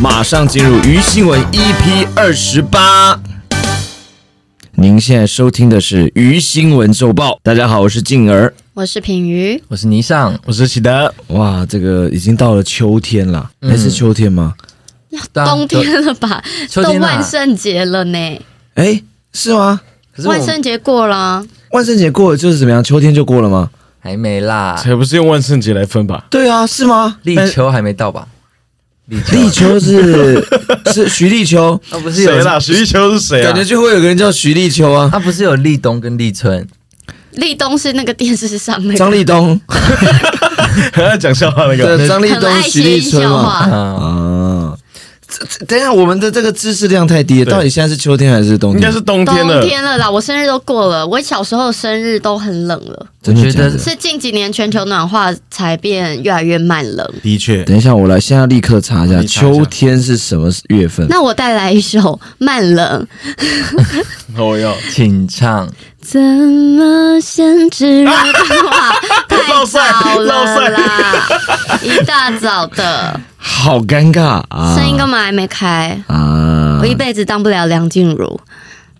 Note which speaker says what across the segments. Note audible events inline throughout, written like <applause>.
Speaker 1: 马上进入鱼新闻 EP 二十八。您现在收听的是鱼新闻周报。大家好，我是静儿。
Speaker 2: 我是品瑜，
Speaker 3: 我是倪尚，
Speaker 4: 我是喜德，
Speaker 1: 哇，这个已经到了秋天了，那、是秋天吗？
Speaker 3: 当
Speaker 2: 冬天了吧？
Speaker 3: 啊秋
Speaker 2: 都
Speaker 3: 天啊
Speaker 2: 万圣节了呢，
Speaker 1: 哎，是吗？
Speaker 3: 可是我
Speaker 2: 万圣节过了，啊
Speaker 1: 万圣节过了就是怎么样？秋天就过了吗？
Speaker 3: 还没啦，
Speaker 4: 才不是用万圣节来分吧？
Speaker 1: 对啊，是吗？
Speaker 3: 立秋还没到吧？立秋，
Speaker 1: 立秋 <laughs> 是是徐立秋， <laughs>
Speaker 3: 啊不是有
Speaker 4: 谁啦？徐一秋是谁啊
Speaker 1: 感
Speaker 4: <laughs>
Speaker 1: 觉？就会有个人叫徐立秋啊，
Speaker 3: 啊不是有立冬跟立春，
Speaker 2: 立冬是那个电视上那
Speaker 1: 张
Speaker 2: 个
Speaker 1: 立东，
Speaker 4: 还要讲笑话那个？
Speaker 1: 对，张立
Speaker 2: 很
Speaker 1: 东、
Speaker 2: 爱
Speaker 1: 徐
Speaker 2: 谐
Speaker 1: 立
Speaker 2: 音
Speaker 1: 春
Speaker 2: 笑
Speaker 1: 嘛。
Speaker 2: 话，
Speaker 3: 嗯，
Speaker 1: 啊，这这等一下，我们的这个知识量太低了，
Speaker 4: 对
Speaker 1: 到底现在是秋天还是冬
Speaker 4: 应
Speaker 1: 天？
Speaker 4: 该是冬天
Speaker 2: 冬
Speaker 4: 了。
Speaker 2: 天了啦，我生日都过了，我小时候的生日都很冷了，
Speaker 1: 真的
Speaker 3: 我觉
Speaker 1: 假
Speaker 3: 得
Speaker 1: 的？
Speaker 2: 是近几年全球暖化才变越来越慢冷。
Speaker 4: 的确，
Speaker 1: 等一下，我来，现在立刻查一下
Speaker 4: 你查一下
Speaker 1: 秋天是什么月份。
Speaker 2: 那我带来一首《慢冷》，
Speaker 4: 我要
Speaker 3: 请唱
Speaker 2: 怎么限制热的话太
Speaker 4: 绕赛
Speaker 2: 早
Speaker 4: 绕
Speaker 2: 了
Speaker 4: 赛
Speaker 2: 啦，一大早的，
Speaker 1: 好尴尬啊！
Speaker 2: 声音干嘛还没开？
Speaker 1: 啊
Speaker 2: 我，一辈子当不了梁静茹。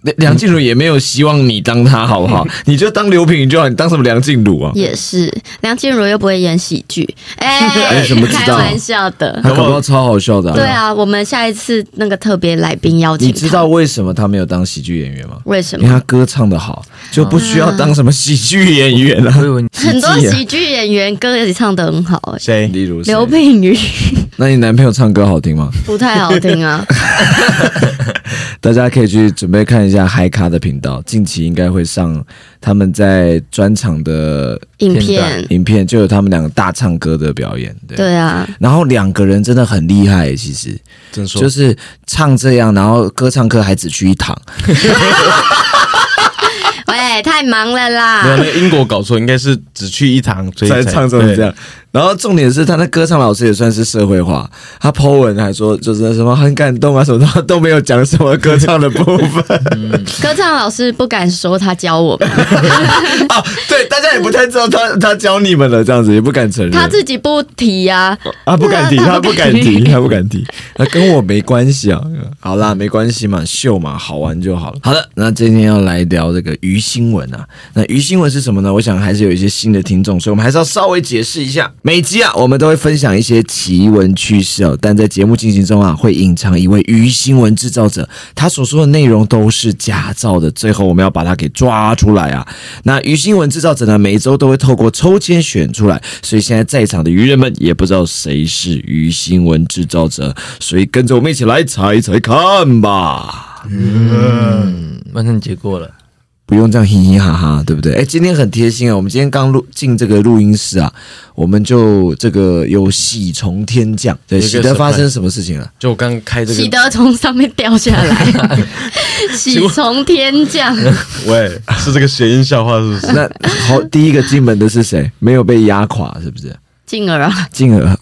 Speaker 1: 梁梁静茹也没有希望你当她好不
Speaker 2: <laughs>
Speaker 1: 好？你就当刘品就好，你当什么梁静茹啊？
Speaker 2: 也是，梁静茹又不会演喜剧，哎、
Speaker 1: 哎怎么知道
Speaker 2: 开玩笑的。
Speaker 1: 她搞不好超好笑的、
Speaker 2: 对，啊，我们下一次那个特别来宾邀请
Speaker 1: 你
Speaker 2: 她，
Speaker 1: 知道为什么她没有当喜剧演员吗？
Speaker 2: 为什
Speaker 1: 因为她
Speaker 2: 么？
Speaker 1: 歌唱的好，就不需要当什么喜剧演员了、
Speaker 3: 我
Speaker 2: 嗯
Speaker 3: 以为你
Speaker 2: 很多
Speaker 1: 喜剧啊
Speaker 2: 喜剧演员歌也唱得很好、哎，
Speaker 4: 谁？
Speaker 1: 例如谁
Speaker 2: 刘，品妤
Speaker 1: 那你男朋友唱歌好听吗？
Speaker 2: 不太好听啊。
Speaker 1: 大家可以去准备看一下嗨咖的频道，近期应该会上他们在专场的
Speaker 2: 影
Speaker 3: 片
Speaker 2: 片
Speaker 3: 段，
Speaker 1: 影片，就有他们两个大唱歌的表演。对，
Speaker 2: 对啊，
Speaker 1: 然后两个人真的很厉害耶，其实
Speaker 4: 真说
Speaker 1: 就，是唱这样，然后歌唱课还只去一堂，
Speaker 2: 喂，太忙了
Speaker 4: 没有
Speaker 2: 啦。
Speaker 4: 那个因果搞错，应该是只去一堂，所以
Speaker 1: 才唱成这。样。然后重点是他那歌唱老师也算是社会化，他 Po 文还说就是什么很感动啊什么的，都没有讲什么歌唱的部分。
Speaker 2: 歌唱老师不敢说他教我们，
Speaker 1: 啊，对，大家也不太知道他他教你们了，这样子也不敢承认。
Speaker 2: 他自己不提呀、
Speaker 1: 啊，不敢提，
Speaker 2: 他
Speaker 1: 他
Speaker 2: 不
Speaker 1: 不
Speaker 2: 敢
Speaker 1: 敢
Speaker 2: 提
Speaker 1: 提，他不敢提，那跟我没关系啊。好啦，没关系嘛，秀嘛，好玩就好了。好的，那今天要来聊这个鱼新闻啊。那鱼新闻是什么呢？我想还是有一些新的听众，所以我们还是要稍微解释一下。每集啊，我们都会分享一些奇闻趣事哦，但在节目进行中啊，会隐藏一位鱼新闻制造者，他所说的内容都是假造的。最后我们要把他给抓出来啊。那鱼新闻制造者呢，每周都会透过抽签选出来，所以现在在场的鱼人们也不知道谁是鱼新闻制造者，所以跟着我们一起来猜一猜看吧。
Speaker 3: 嗯万圣节过了，
Speaker 1: 不用这样嘻嘻哈哈，对不对？哎，今天很贴心啊！我们今天刚录进这个录音室啊，我们就这个有喜从天降，对，
Speaker 4: 有一个
Speaker 1: 喜得发
Speaker 4: surprise
Speaker 1: 生什么事情了？
Speaker 4: 就我刚开这
Speaker 2: 喜
Speaker 4: 个，
Speaker 2: 德从上面掉下来，喜从天降。
Speaker 4: 喂，是这个谐音笑话是
Speaker 2: <laughs>
Speaker 4: 不是？
Speaker 1: 那好，第一个进门的是谁？没有被压垮，是不是？
Speaker 2: 进而啊，
Speaker 1: 进而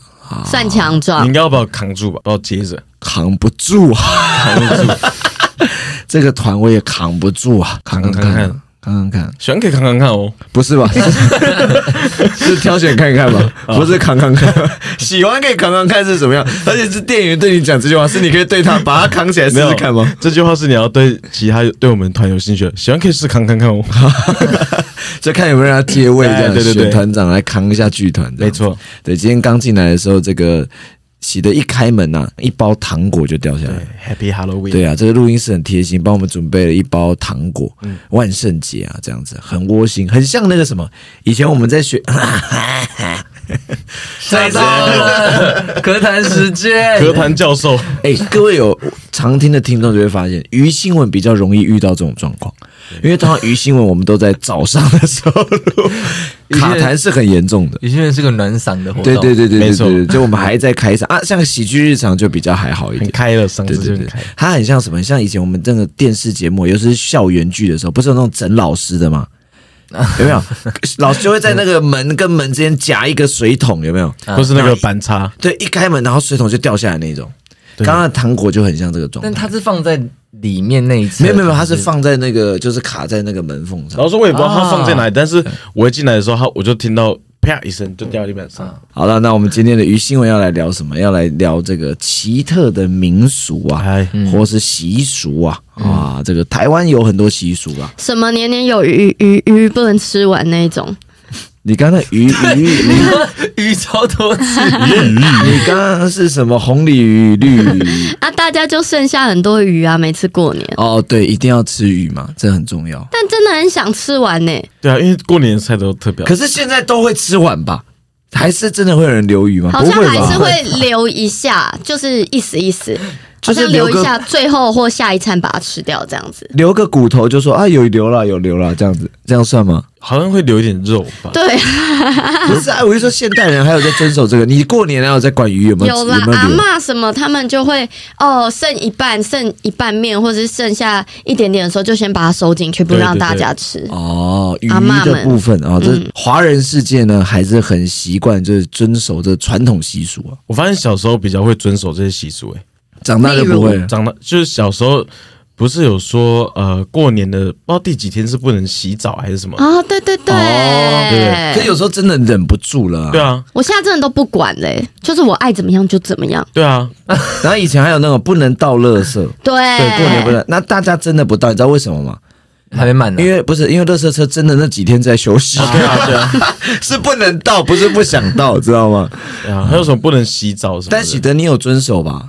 Speaker 2: 算强
Speaker 4: 你
Speaker 2: 壮
Speaker 1: 啊
Speaker 4: 应。该要把我扛住吧，把我接着。
Speaker 1: 扛不住啊，这个团我也扛不住啊，扛扛看啊，扛扛看，
Speaker 4: 喜欢可以扛扛看哦。
Speaker 1: 不是
Speaker 4: <laughs>
Speaker 1: 吧？是挑选看看吧，
Speaker 4: 啊
Speaker 1: 不是扛扛看。喜欢可以扛扛看是什么样？而且是店员对你讲这句话，是你可以对他把他扛起来试
Speaker 4: 没有
Speaker 1: 试看吗？？
Speaker 4: 这句话是你要对其他对我们团有兴趣，的，喜欢可以试扛扛看哦。
Speaker 1: 就看有没有让他接位，这
Speaker 4: 哎
Speaker 1: 样
Speaker 4: 对对对
Speaker 1: 选团长来扛一下剧团，
Speaker 4: 没。错，
Speaker 1: 对，今天刚进来的时候，这个喜的一开门呐、一包糖果就掉下来了
Speaker 4: 对。，Happy Halloween。
Speaker 1: 对啊，这个录音室很贴心，帮我们准备了一包糖果，万圣节啊，这样子很窝心，很像那个什么，以前我们在学，
Speaker 3: 吓到了，歌坛时间，
Speaker 4: 格坛教 <laughs> 授，
Speaker 1: 哎、各位有常听的听众就会发现，鱼新闻比较容易遇到这种状况，因为通常鱼新闻我们都在早上的时候录，卡痰是很严重的。
Speaker 3: 有些人是个暖嗓的活动，
Speaker 1: 对对对对
Speaker 4: 没
Speaker 1: 对
Speaker 4: 错
Speaker 1: 对，对就我们还在开场啊，像喜剧日常就比较还好一
Speaker 4: 很
Speaker 1: 点。
Speaker 4: 开了，嗓
Speaker 1: 对
Speaker 4: 子就
Speaker 1: 对
Speaker 4: 很
Speaker 1: 对
Speaker 4: 开。，
Speaker 1: 它很像什么？像以前我们这个电视节目，尤其是校园剧的时候，不是有那种整老师的
Speaker 4: <laughs>
Speaker 1: 吗？有没有？老师就会在那个门跟门之间夹一个水桶，有没有？
Speaker 4: 不是那个板擦，
Speaker 1: 对，一开门，然后水桶就掉下来那种。
Speaker 4: 对
Speaker 1: 刚刚的糖果就很像这个状
Speaker 3: 但
Speaker 1: 态。
Speaker 3: 它是放在里面那一侧，
Speaker 1: 没有没有，没有它是放在那个，就是卡在那个门缝上
Speaker 4: 老。师我也不知道他放在哪里，但是我一进来的时候，他我就听到。啪一声就掉地板上。
Speaker 1: 好了，那我们今天的鱼新闻要来聊什么？要来聊这个奇特的民俗啊，
Speaker 4: 哎，嗯
Speaker 1: 或是习俗啊，啊，这个台湾有很多习俗啊。
Speaker 2: 什么年年有余，鱼鱼不能吃完那一种，
Speaker 1: 你刚才鱼鱼
Speaker 4: <laughs>
Speaker 1: 鱼，
Speaker 3: <laughs> 鱼超
Speaker 1: <laughs>
Speaker 3: 多次，
Speaker 1: 你刚刚是什么红鲤鱼、绿 <laughs> 鱼？
Speaker 2: 啊，大家就剩下很多鱼啊，每次过年，
Speaker 1: 哦，对，一定要吃鱼嘛，这很重要。
Speaker 2: 但真的很想吃完呢、
Speaker 4: 对啊，因为过年的菜都特别好
Speaker 1: 可是现在都会吃完吧？还是真的会有人留鱼吗？
Speaker 2: 好
Speaker 1: 啊不
Speaker 2: 像
Speaker 1: 会
Speaker 2: 还是
Speaker 1: 吧？
Speaker 2: 会留一下， <laughs> 就是意思意思，
Speaker 1: 就
Speaker 2: 好
Speaker 1: 是
Speaker 2: 像
Speaker 1: 留
Speaker 2: 留
Speaker 1: 个
Speaker 2: 一下，最后或下一餐把它吃掉这样子。
Speaker 1: 留个骨头就说啊，有留了，有留了，这样子，这样算
Speaker 2: <laughs>
Speaker 1: 吗？
Speaker 4: 好像会留一点肉吧。
Speaker 2: 对，
Speaker 1: 不是啊，我是说现代人还有在遵守这个。你过年还有在管鱼有没有
Speaker 2: 有啦，
Speaker 1: 没有
Speaker 2: 阿
Speaker 1: 留？
Speaker 2: 嬷什么，他们就会哦，剩一半，剩一半面，或者是剩下一点点的时候，就先把它收进去，不
Speaker 4: 对对
Speaker 2: 让大
Speaker 4: 对
Speaker 2: 家吃。
Speaker 1: 哦，鱼
Speaker 2: 阿嬷
Speaker 1: 的
Speaker 2: 们
Speaker 1: 部分啊、哦，这华人世界呢还是很习惯，就是遵守这传统习俗啊。
Speaker 4: 我发现小时候比较会遵守这些习俗、欸，
Speaker 1: 长大就不会
Speaker 2: 例
Speaker 1: 了
Speaker 4: 长大就是小时候不是有说呃过年的不知道第几天是不能洗澡还是什么？
Speaker 2: 啊、对对对，
Speaker 4: 哦
Speaker 1: 可有时候真的忍不住了、啊。
Speaker 4: 对。啊，
Speaker 2: 我现在真的都不管嘞、就是我爱怎么样就怎么样。
Speaker 4: 对啊，
Speaker 1: <laughs> 然后以前还有那种不能倒垃圾，
Speaker 2: 对，
Speaker 1: 对，过年不能。那大家真的不倒，你知道为什么吗？
Speaker 3: 还没满啊呢
Speaker 1: 因。为不是因为垃圾车真的那几天在休 <laughs> 息，
Speaker 4: 对啊，对啊，
Speaker 1: 是不能倒，不是不想倒，知道吗？
Speaker 4: 对啊，还有什么不能洗澡什么的？
Speaker 1: 但喜德，你有遵守吧？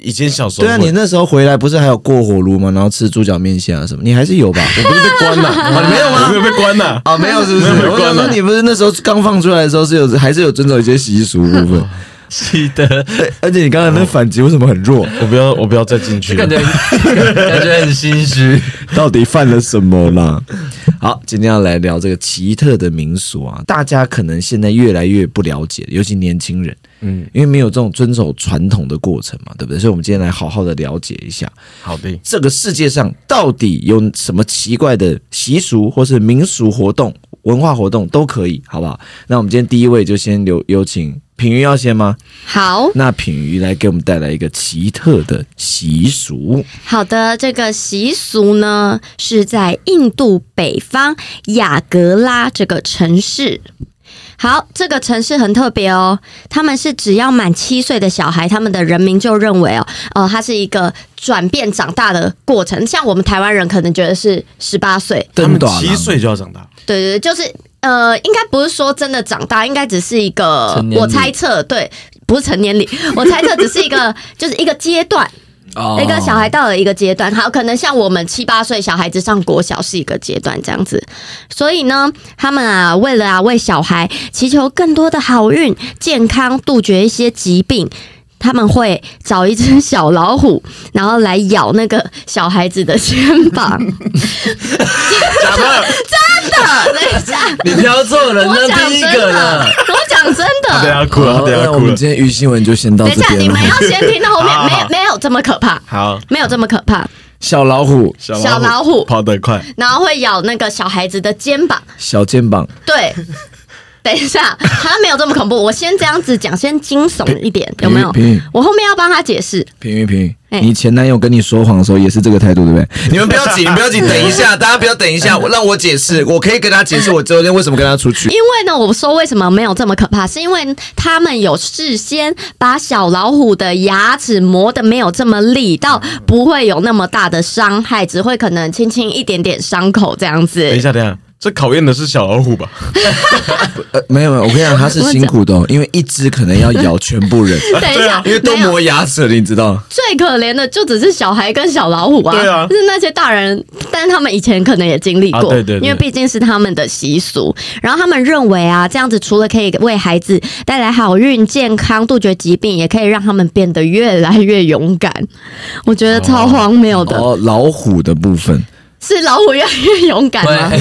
Speaker 4: 以前小时候
Speaker 1: 对啊，你
Speaker 4: 会
Speaker 1: 那时候回来不是还有过火炉吗？然后吃猪脚面线啊什么，你还是 <laughs> 有吧？我不是被关了、啊，没有
Speaker 4: 我
Speaker 1: 吗？
Speaker 4: 没有被关呐、
Speaker 1: 啊，没有是不是？
Speaker 4: 没有
Speaker 1: 我想
Speaker 4: 关了
Speaker 1: 说你不是那时候刚放出来的时候是有还是有遵守一些习俗部分，
Speaker 3: <laughs> 是的，
Speaker 1: <laughs> 对而且你刚才那反击为什么很弱？
Speaker 4: 我不要，我不要再进去了
Speaker 3: 感。觉感觉很 <laughs> 心虚。 <laughs>
Speaker 1: <laughs> 到底犯了什么啦？ <laughs> 好，今天要来聊这个奇特的民俗啊，大家可能现在越来越不了解，尤其年轻人，
Speaker 4: 嗯，
Speaker 1: 因为没有这种遵守传统的过程嘛，对不对？所以我们今天来好好的了解一下，
Speaker 4: 好的，
Speaker 1: 这个世界上到底有什么奇怪的习俗或是民俗活动、文化活动都可以，好不好？那我们今天第一位就先留有请品瑜要先吗？
Speaker 2: 好
Speaker 1: 那品瑜来给我们带来一个奇特的习俗，
Speaker 2: 好的，这个习俗呢是在印度北方雅格拉这个城市。好，这个城市很特别哦，他们是只要满七岁的小孩，他们的人民就认为哦，呃，他是一个转变长大的过程。像我们台湾人可能觉得是十八岁，
Speaker 4: 他们
Speaker 1: 短
Speaker 4: 七岁就要长大，
Speaker 2: 对对，对，就是呃，应该不是说真的长大，应该只是一个
Speaker 3: 成年礼
Speaker 2: 我猜测，对，不是成年礼，我猜测只是一个就是一个阶段，
Speaker 1: 哦
Speaker 4: 哎
Speaker 2: 一个小孩到了一个阶段，好，可能像我们七八岁小孩子上国小是一个阶段这样子，所以呢，他们啊，为了啊为小孩祈求更多的好运、健康，杜绝一些疾病。他们会找一只小老虎，然后来咬那个小孩子的肩膀。
Speaker 3: 假的，
Speaker 2: 等一下，
Speaker 3: 你挑错人
Speaker 2: 我
Speaker 3: 了，
Speaker 2: 讲
Speaker 3: 第一
Speaker 2: 真
Speaker 3: 个
Speaker 2: 的
Speaker 3: 了。，
Speaker 2: 我讲真
Speaker 4: 他等
Speaker 2: 的。
Speaker 1: <laughs>
Speaker 4: 下哭了，他等下
Speaker 1: 那我
Speaker 4: 哭
Speaker 1: 们
Speaker 4: 了。
Speaker 1: 今天鱼新闻就先到
Speaker 2: 等一
Speaker 1: 这
Speaker 2: 下，你
Speaker 1: 边了
Speaker 2: 们。要先听到后面，
Speaker 4: 好好好
Speaker 2: 没没有这么可怕，
Speaker 4: 好，
Speaker 2: 没有这么可怕。
Speaker 1: 小老虎、
Speaker 4: 小
Speaker 2: 小老虎
Speaker 4: 跑得快，
Speaker 2: 然后会咬那个小孩子的肩膀，
Speaker 1: 小肩膀，
Speaker 2: 对。等一下，他没有这么恐怖。我先这样子讲，先惊悚一点，有没有
Speaker 1: 平平？
Speaker 2: 我后面要帮他解释。
Speaker 1: 平平平
Speaker 2: 哎，
Speaker 1: 你前男友跟你说谎的时候也是这个态度，对不对？ <laughs> 你们不要紧，你们不要紧，等一
Speaker 2: <laughs>
Speaker 1: 下，大家不要等一下，我让我解释，我可以跟他解释我昨天为什么跟他出去
Speaker 2: 因。为呢，我说为什么没有这么可怕，是因为他们有事先把小老虎的牙齿磨得没有这么利，到不会有那么大的伤害，只会可能轻轻一点点伤口这样子。
Speaker 4: 等一下，等一下，这考验的是小老虎吧？
Speaker 1: <laughs> 呃，没有没有，我跟你讲，他是辛苦
Speaker 2: <laughs>
Speaker 1: 的哦，因为一只可能要咬全部人，
Speaker 2: <laughs> 等一下，
Speaker 1: <laughs> 啊因为都
Speaker 2: 没有
Speaker 1: 磨牙齿了，你知道？
Speaker 2: 最可怜的就只是小孩跟小老虎啊，
Speaker 4: 对啊
Speaker 2: 就是那些大人，但是他们以前可能也经历过，
Speaker 4: 啊对对对
Speaker 2: 因为毕竟是他们的习俗。然后他们认为啊，这样子除了可以为孩子带来好运、健康、杜绝疾病，也可以让他们变得越来越勇敢。我觉得超荒谬的，
Speaker 1: 哦，老虎的部分，
Speaker 2: 是老虎越来越勇敢吗？ <laughs>
Speaker 3: 喂，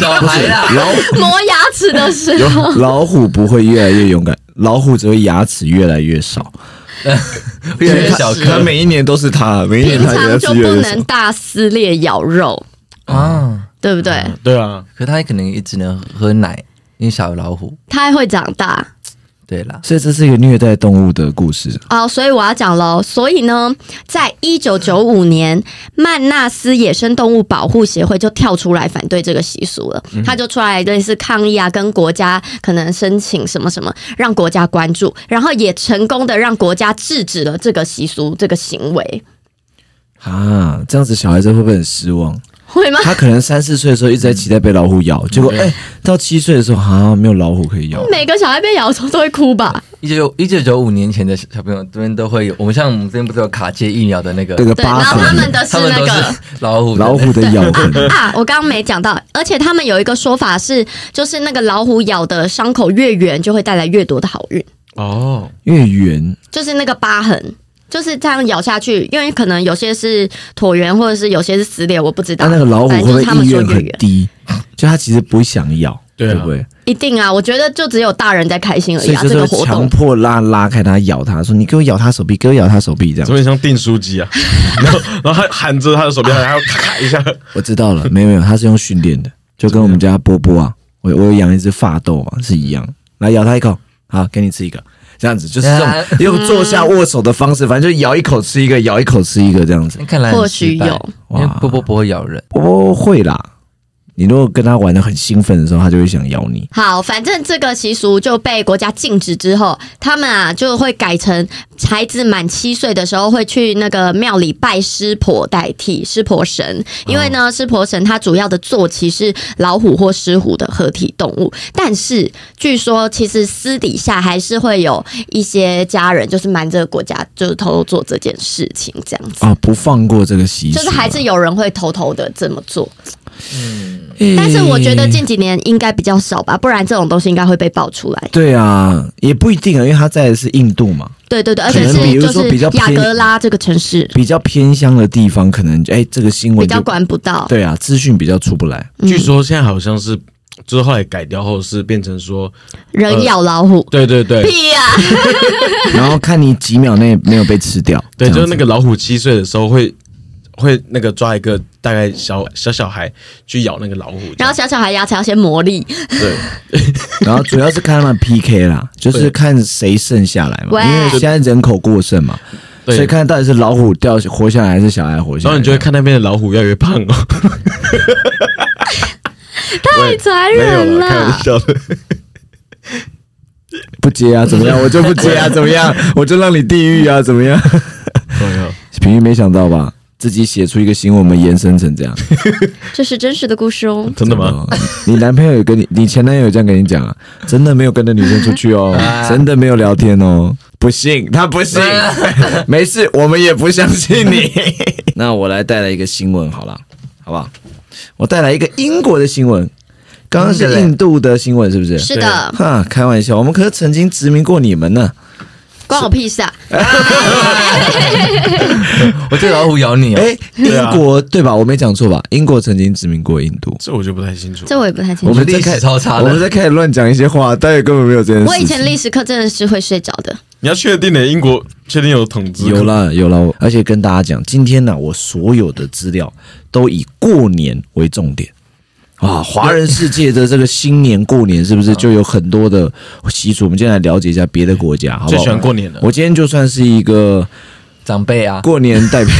Speaker 3: 小孩啦，
Speaker 1: 老
Speaker 2: 磨牙齿的时候，
Speaker 1: 老虎不会越来越勇敢，老虎只会牙齿越来越少。
Speaker 3: 越来越小
Speaker 2: <laughs>
Speaker 1: 他
Speaker 3: 颗
Speaker 1: 每一年都是他，每一
Speaker 2: 平
Speaker 1: 年他
Speaker 2: 常
Speaker 1: 牙
Speaker 2: 就
Speaker 1: 齿越来
Speaker 2: 不
Speaker 1: 越少
Speaker 2: 能。大撕裂咬肉，
Speaker 3: 啊。
Speaker 2: 对不对？
Speaker 4: <laughs> 对啊，
Speaker 3: 可他可能也只能喝奶，因为小老虎
Speaker 2: 它会长大，
Speaker 3: 对啦，
Speaker 1: 所以这是一个虐待动物的故事。
Speaker 2: 哦，所以我要讲喽。所以呢，在一九九五年，曼纳斯野生动物保护协会就跳出来反对这个习俗了，
Speaker 3: 嗯
Speaker 2: 他就出来类似抗议啊，跟国家可能申请什么什么，让国家关注，然后也成功的让国家制止了这个习俗这个行为，
Speaker 1: 啊，这样子小孩子会不会很失望？
Speaker 2: 会
Speaker 3: <laughs>
Speaker 2: 吗？
Speaker 1: 他可能三四岁的时候一直在期待被老虎咬，结果哎、到七岁的时候啊，没有老虎可以咬。
Speaker 2: 每个小孩被咬的时候都会哭吧？
Speaker 3: 一九一九九五年前的小朋友这边都会有，我们像我们这边不是有卡介疫苗的那个
Speaker 1: 这，个
Speaker 2: 对，然
Speaker 1: 疤
Speaker 2: 后他们
Speaker 1: 痕，
Speaker 2: 的是
Speaker 3: 他们
Speaker 2: 那
Speaker 3: 都
Speaker 2: 个
Speaker 3: 是 <laughs> 老虎的
Speaker 1: <laughs> 老虎的咬痕，
Speaker 2: 啊，我刚刚没讲到，而且他们有一个说法是，就是那个老虎咬的伤口越圆，就会带来越多的好运，
Speaker 4: 哦，
Speaker 1: 越圆
Speaker 2: 就是那个疤痕。就是这样咬下去，因为可能有些是椭圆，或者是有些是撕裂，我不知道。
Speaker 1: 但那个老虎
Speaker 2: 反
Speaker 1: 会不
Speaker 2: 正就
Speaker 1: 会
Speaker 2: 是他们
Speaker 1: 意
Speaker 2: 说
Speaker 1: 愿
Speaker 2: 越
Speaker 1: 很
Speaker 2: 圆，
Speaker 1: 低？就他其实不想咬，
Speaker 4: 对啊
Speaker 1: 不对？
Speaker 2: 一定啊！我觉得就只有大人在开心而
Speaker 1: 所
Speaker 2: 已
Speaker 1: 以
Speaker 2: 啊。
Speaker 1: 就
Speaker 2: 这
Speaker 1: 是
Speaker 2: 个
Speaker 1: 会
Speaker 2: 活
Speaker 1: 强
Speaker 2: 动
Speaker 1: 迫拉拉开他，咬他，说你给我咬他手臂，给我咬他手臂这
Speaker 4: 怎
Speaker 1: 样。
Speaker 4: 么很像订书 <laughs> 机啊？然后然后他喊着他的手臂，还要咔咔一下，
Speaker 1: 我知道了，没有没有，他是用训练的，就跟我们家波波啊，我我有养一只发豆嘛是一样，来咬他一口，好，给你吃一个。这样子就是这
Speaker 3: 啊
Speaker 1: 种用坐下握手的方式，反正就咬一口吃一个，咬一口吃一个这样子。
Speaker 3: 看来很
Speaker 2: 或许
Speaker 3: 失败
Speaker 2: 有，
Speaker 3: 因为波波不会咬人。
Speaker 1: 波波会啦，你如果跟他玩的很兴奋的时候，他就会想咬你。
Speaker 2: 好，反正这个习俗就被国家禁止之后，他们啊就会改成孩子满七岁的时候会去那个庙里拜湿婆代替湿婆神，因为呢湿婆神它主要的坐骑是老虎或狮虎的合体动物，但是据说其实私底下还是会有一些家人就是瞒着国家就是偷偷做这件事情这样子。
Speaker 1: 啊，不放过这个习俗
Speaker 2: 就
Speaker 1: 啊，
Speaker 2: 是还是有人会偷偷的这么做，
Speaker 1: 欸，
Speaker 2: 但是我觉得近几年应该比较少吧，不然这种东西应该会被爆出来。
Speaker 1: 对啊，也不一定啊，因为他在的是印度嘛，
Speaker 2: 对对对，而
Speaker 1: 可
Speaker 2: 且
Speaker 1: 能比
Speaker 2: 是
Speaker 1: 如
Speaker 2: 就
Speaker 1: 说
Speaker 2: 是
Speaker 1: 比较
Speaker 2: 雅
Speaker 1: 偏
Speaker 2: 格拉这个城市
Speaker 1: 比较偏乡的地方，可能哎、这个新
Speaker 2: 比
Speaker 1: 闻
Speaker 2: 较
Speaker 1: 就
Speaker 2: 管哦不到。
Speaker 1: 对啊，资讯比较出不来。
Speaker 2: 嗯
Speaker 4: 据说现在好像是，就是后来改掉后是变成说，
Speaker 2: 人咬老虎，
Speaker 4: 对对对，
Speaker 2: 屁啊呀、
Speaker 1: 然后看你几秒内没有被吃掉，
Speaker 4: 对，
Speaker 1: 这
Speaker 4: 就
Speaker 1: 样
Speaker 4: 是
Speaker 1: 子
Speaker 4: 那个老虎七岁的时候会会那个抓一个大概小小小孩去咬那个老虎
Speaker 2: <laughs>
Speaker 4: 这
Speaker 2: 然后
Speaker 4: 样，
Speaker 2: 小小孩牙齿要先磨砺，
Speaker 4: 对， <laughs>
Speaker 1: 然后主要是看他们 PK 啦，就是
Speaker 4: 对
Speaker 1: 看谁剩下来嘛，
Speaker 2: 喂
Speaker 1: 因为现在人口过剩嘛，
Speaker 4: 对
Speaker 1: 所以看到底是老虎掉活下来还是小孩活下来。
Speaker 4: 然后你就会看那边的老虎越来越胖哦，
Speaker 2: 太残
Speaker 4: <laughs> 没有
Speaker 2: 忍
Speaker 4: 啦，开玩
Speaker 2: 了。
Speaker 4: 笑的，
Speaker 1: 不接啊，怎么样？我就不接啊，怎么样？
Speaker 4: <laughs>
Speaker 1: 我就让你地狱啊，怎么样？ <laughs>
Speaker 4: 没有，
Speaker 1: 平玉没想到吧，自己写出一个新闻，我们延伸成这样，
Speaker 2: 这是真实的故事哦。
Speaker 4: 真的吗？
Speaker 1: 哦？你男朋友有跟你，你前男友有这样跟你讲啊？真的没有跟着女生出去 <laughs> 哦，真的没有聊天哦。不信，他不信， <laughs> 没事，我们也不相信你。 <laughs> 那我来带来一个新闻好了，好不好？我带来一个英国的新闻，刚刚是印度的新闻，是不是？
Speaker 2: 是的，
Speaker 1: 哈，开玩笑，我们可是曾经殖民过你们呢。
Speaker 2: 关我屁事啊！
Speaker 3: 我对老虎咬你哦，
Speaker 1: 哎，英国对吧？我没讲错吧？英国曾经殖民过印度。
Speaker 4: 这我就不太清楚。
Speaker 2: 这我也不太清
Speaker 1: 我
Speaker 2: 楚。
Speaker 1: 们在开
Speaker 3: 历史超差的
Speaker 1: 我们在开始乱讲一些话，但也根本没有这件事情。
Speaker 2: 我以前历史课真的是会睡着的。
Speaker 4: 你要确定的，英国确定有统治？
Speaker 1: 有，啦有啦，我而且跟大家讲，今天呢、我所有的资料都以过年为重点。啊，华人世界的这个新年过年是不
Speaker 4: 啊
Speaker 1: 是就有很多的习俗？我们今天来了解一下别的国家，好不
Speaker 4: 最
Speaker 1: 好？
Speaker 4: 喜欢过年了。
Speaker 1: 我今天就算是一个
Speaker 3: 长辈啊，
Speaker 1: 过年代表，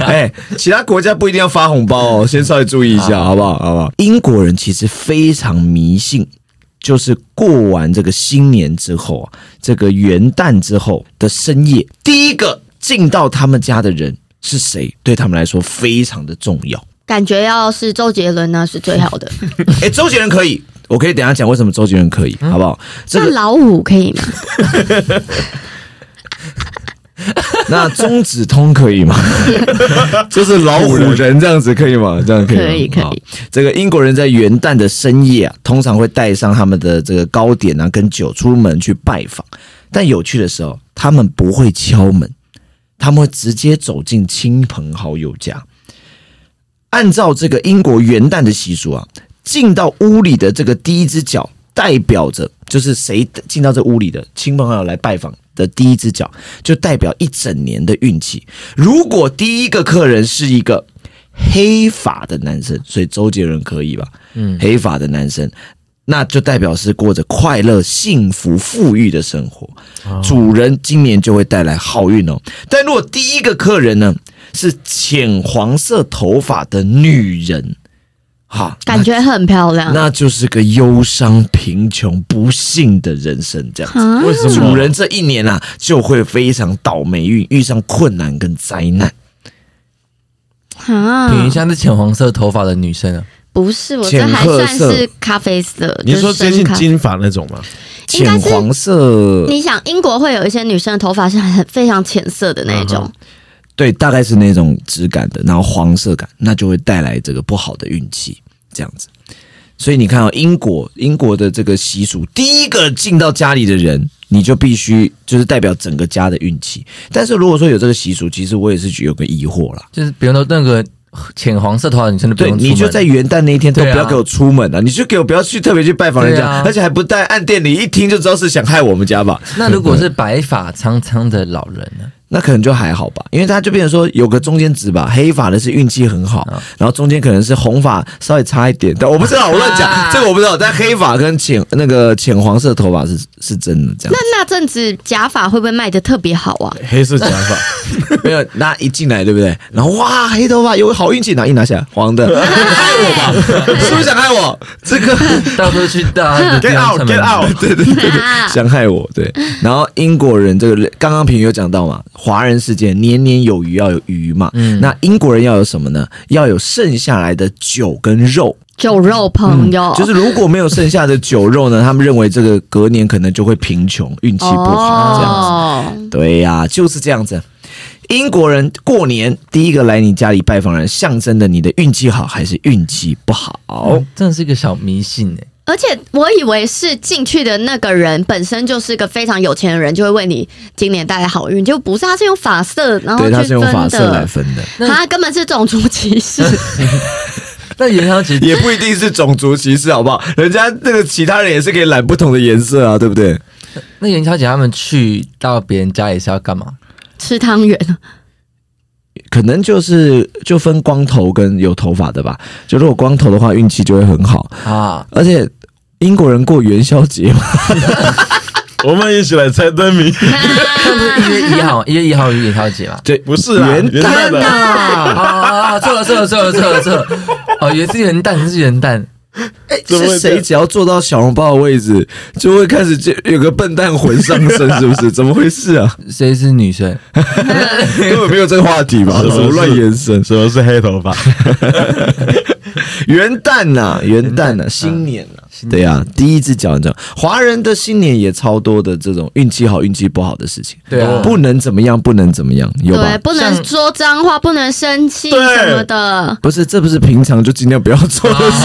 Speaker 1: 哎，其他国家不一定要发红包哦，先稍微注意一下，好不好？好不好？英国人其实非常迷信，就是过完这个新年之后啊，这个元旦之后的深夜，第一个进到他们家的人是谁，对他们来说非常的重要。
Speaker 2: 感觉要是周杰伦呢是最好的，
Speaker 1: 哎，周杰伦可以，我可以等一下讲为什么周杰伦可以，好不好？这
Speaker 2: 那
Speaker 1: 个
Speaker 2: 老虎可以吗？ <laughs>
Speaker 1: 那中指通可以吗？就是老虎人这样子可以吗？这样可以吗
Speaker 2: 可以可以
Speaker 1: 好这个英国人在元旦的深夜啊，通常会带上他们的这个糕点啊跟酒出门去拜访，但有趣的时候，他们不会敲门，他们会直接走进亲朋好友家。按照这个英国元旦的习俗啊，进到屋里的这个第一只脚，代表着就是谁进到这屋里的亲朋好友来拜访的第一只脚，就代表一整年的运气。如果第一个客人是一个黑发的男生，所以周杰伦可以吧？嗯，黑发的男生。那就代表是过着快乐、幸福、富裕的生活。主人今年就会带来好运哦。但如果第一个客人呢是浅黄色头发的女人，哈，
Speaker 2: 感觉啊很漂亮。
Speaker 1: 那就是个忧伤、贫穷、不幸的人生这样子。
Speaker 2: 啊，
Speaker 4: 为什么
Speaker 1: 主人这一年啊，就会非常倒霉运，遇上困难跟灾难。
Speaker 2: 啊
Speaker 3: 品一下是浅黄色头发的女生啊，
Speaker 2: 不是，我这
Speaker 1: 浅
Speaker 2: 还
Speaker 1: 褐
Speaker 2: 算
Speaker 1: 色
Speaker 2: 是咖啡色。
Speaker 4: 你
Speaker 2: 就是
Speaker 4: 说接
Speaker 2: 深
Speaker 4: 近
Speaker 2: 咖
Speaker 4: 金发那种吗？
Speaker 2: 应该
Speaker 1: 浅
Speaker 2: 是
Speaker 1: 黄色，
Speaker 2: 你想，英国会有一些女生的头发是很非常浅色的那种，
Speaker 1: 对，大概是那种质感的，然后黄色感，那就会带来这个不好的运气，这样子。所以你看啊、英国英国的这个习俗，第一个进到家里的人，你就必须就是代表整个家的运气。但是如果说有这个习俗，其实我也是有个疑惑啦。
Speaker 3: 就是比如说那个浅黄色头发的女生就不
Speaker 1: 对，
Speaker 3: 用出门
Speaker 1: 你就在元旦那一天都不
Speaker 3: 对啊
Speaker 1: 要给我出门啊！你就给我不要去特别去拜访人家，
Speaker 3: 对啊
Speaker 1: 而且还不带按店里，一听就知道是想害我们家吧？
Speaker 3: 那如果是白发苍苍的老人呢？
Speaker 1: 那可能就还好吧，因为他就变成说有个中间值吧，黑发的是运气很好，然后中间可能是红发稍微差一点，但我不知道，我乱讲，这个我不知道。但黑发跟浅那个浅黄色头发是是真的这样
Speaker 2: 那，那阵子假发会不会卖的特别好啊？
Speaker 4: 黑色假发，
Speaker 1: 没有，那一进来对不对？然后哇，黑头发有个好运气，然后一拿下来黄的，害我吧，是不是想害我？这个
Speaker 3: 到处去
Speaker 1: <laughs>
Speaker 3: 大家的地
Speaker 4: Get
Speaker 3: 方
Speaker 4: out,
Speaker 3: 上
Speaker 4: get
Speaker 3: 面
Speaker 4: out
Speaker 1: 对对对对
Speaker 2: 啊
Speaker 1: 想害我
Speaker 2: <laughs>
Speaker 1: 对。然后英国人这个刚刚平有讲到嘛，华人世界年年有余要有余嘛，那英国人要有什么呢？要有剩下来的酒跟肉。
Speaker 2: 酒肉朋友，
Speaker 1: 嗯就是如果没有剩下的酒肉呢，他们认为这个隔年可能就会贫穷，运气不好这样子。
Speaker 2: 哦，
Speaker 1: 对呀、就是这样子。英国人过年第一个来你家里拜访人，象征的你的运气好还是运气不好？
Speaker 2: 嗯
Speaker 3: 哦，真的是一个小迷信 <laughs> 哎。
Speaker 2: 而且我以为是进去的那个人本身就是个非常有钱的人，就会为你今年带来好运，就不是，他是用发色，然后
Speaker 1: 对，
Speaker 2: 哦去
Speaker 1: 他是
Speaker 2: 分
Speaker 1: 用发色来
Speaker 2: 的，
Speaker 1: 分的，
Speaker 2: 他根本是种族歧视。
Speaker 3: 那元宵节
Speaker 1: <laughs> 也不一定是种族歧视，好不好？人家那个其他人也是可以染不同的颜色啊，对不对？
Speaker 3: 那元宵节他们去到别人家里是要干嘛？
Speaker 2: 吃汤圆，
Speaker 1: 可能就是就分光头跟有头发的吧。就如果光头的话，运气就会很好，
Speaker 3: 啊，
Speaker 1: 而且。英国人过元宵节嘛，
Speaker 4: <laughs> 我们一起来猜灯谜。
Speaker 3: 那不啊是一月一号，一月一号有元宵节嘛？
Speaker 1: <laughs> 对，
Speaker 4: 不是啦
Speaker 1: 元
Speaker 4: 元
Speaker 1: 旦
Speaker 4: 旦的
Speaker 1: 呐、
Speaker 3: 啊，错了错了错了错了错了， <laughs> 哦，也是元旦，是元旦，
Speaker 1: 哎
Speaker 4: 怎么会
Speaker 1: 是谁只要坐到小笼包的位置，就会开始就有个笨蛋魂上身，是不是？ <laughs> 怎么回事啊？
Speaker 3: 谁是女生？
Speaker 1: 根本没有这个话题 <laughs> 吧？
Speaker 4: 是
Speaker 1: 怎
Speaker 4: 不是
Speaker 1: 么乱延伸？
Speaker 4: 什么是黑头发？ <laughs>
Speaker 1: <laughs> 元旦呐、元旦呐、新年呐、对呀、第一只脚你知道，华人的新年也超多的这种运气好、运气不好的事情，
Speaker 3: 对啊
Speaker 1: 不能怎么样，不能怎么样， <laughs> 有吧
Speaker 2: 对，？不能
Speaker 3: 像
Speaker 2: 说脏话，不能生气
Speaker 4: 对
Speaker 2: 什么的。
Speaker 1: 不是，这不是平常就尽量不要做的 <laughs> 事，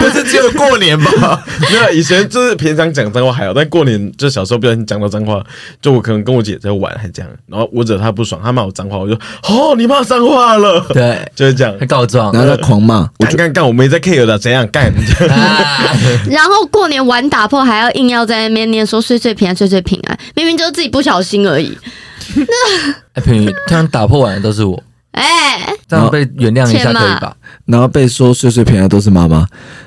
Speaker 1: 但是只有过年 <laughs> 吧。
Speaker 4: 没有，以前就是平常讲脏话还好，但过年就小时候不小心讲到脏话，就我可能跟我姐在玩还这样，然后我惹她不爽，她骂我脏话，我就哦你骂脏话了，
Speaker 3: <laughs> 对，
Speaker 4: 就是这样
Speaker 3: 会，告状
Speaker 1: 然后他狂骂，我
Speaker 4: 干干干，我没在 care 的，怎样干？
Speaker 3: <laughs> 啊，
Speaker 2: 然后过年玩打破，还要硬要在那边念说岁岁平安，岁岁平安，明明就是自己不小心而已。
Speaker 3: 哎平宇，通常打破碗的都是我，
Speaker 2: 哎、
Speaker 3: 这样被原谅一下可以吧？
Speaker 1: 然后被说岁岁平安都是妈妈，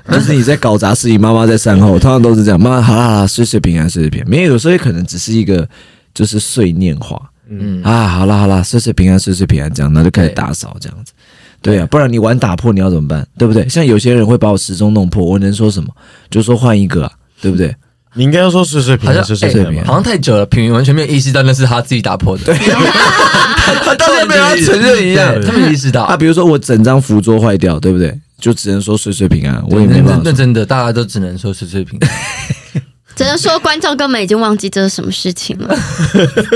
Speaker 1: 就是你在搞砸事情，妈妈在善后，通常都是这样。妈妈好啦好啦，岁岁平安，岁岁平安。没有，有时候也可能只是一个就是碎念话，嗯啊，好啦好啦，岁岁平安，岁岁平安，这样，然后就开始
Speaker 3: 对
Speaker 1: 打扫这样子。对啊，不然你玩打破你要怎么办？对不对？像有些人会把我时钟弄破，我能说什么？就说换一个、啊，对不对？
Speaker 4: 你应该要说岁岁平
Speaker 3: 好
Speaker 4: 安，
Speaker 3: 像
Speaker 4: 岁岁
Speaker 3: 哎
Speaker 4: 平安吧。
Speaker 3: 好像太久了，平宇完全没有意识到那是他自己打破的， <laughs> 对，
Speaker 1: 他当然没有要承认一样
Speaker 3: 他们意识到
Speaker 1: 啊。比如说我整张符桌坏掉，对不对？就只能说岁岁平安，我也没
Speaker 3: 认
Speaker 1: 办
Speaker 3: 真
Speaker 1: 法
Speaker 3: 认。真的，大家都只能说是水平。
Speaker 1: <laughs>
Speaker 2: 只能说观众根本已经忘记这是什么事情了。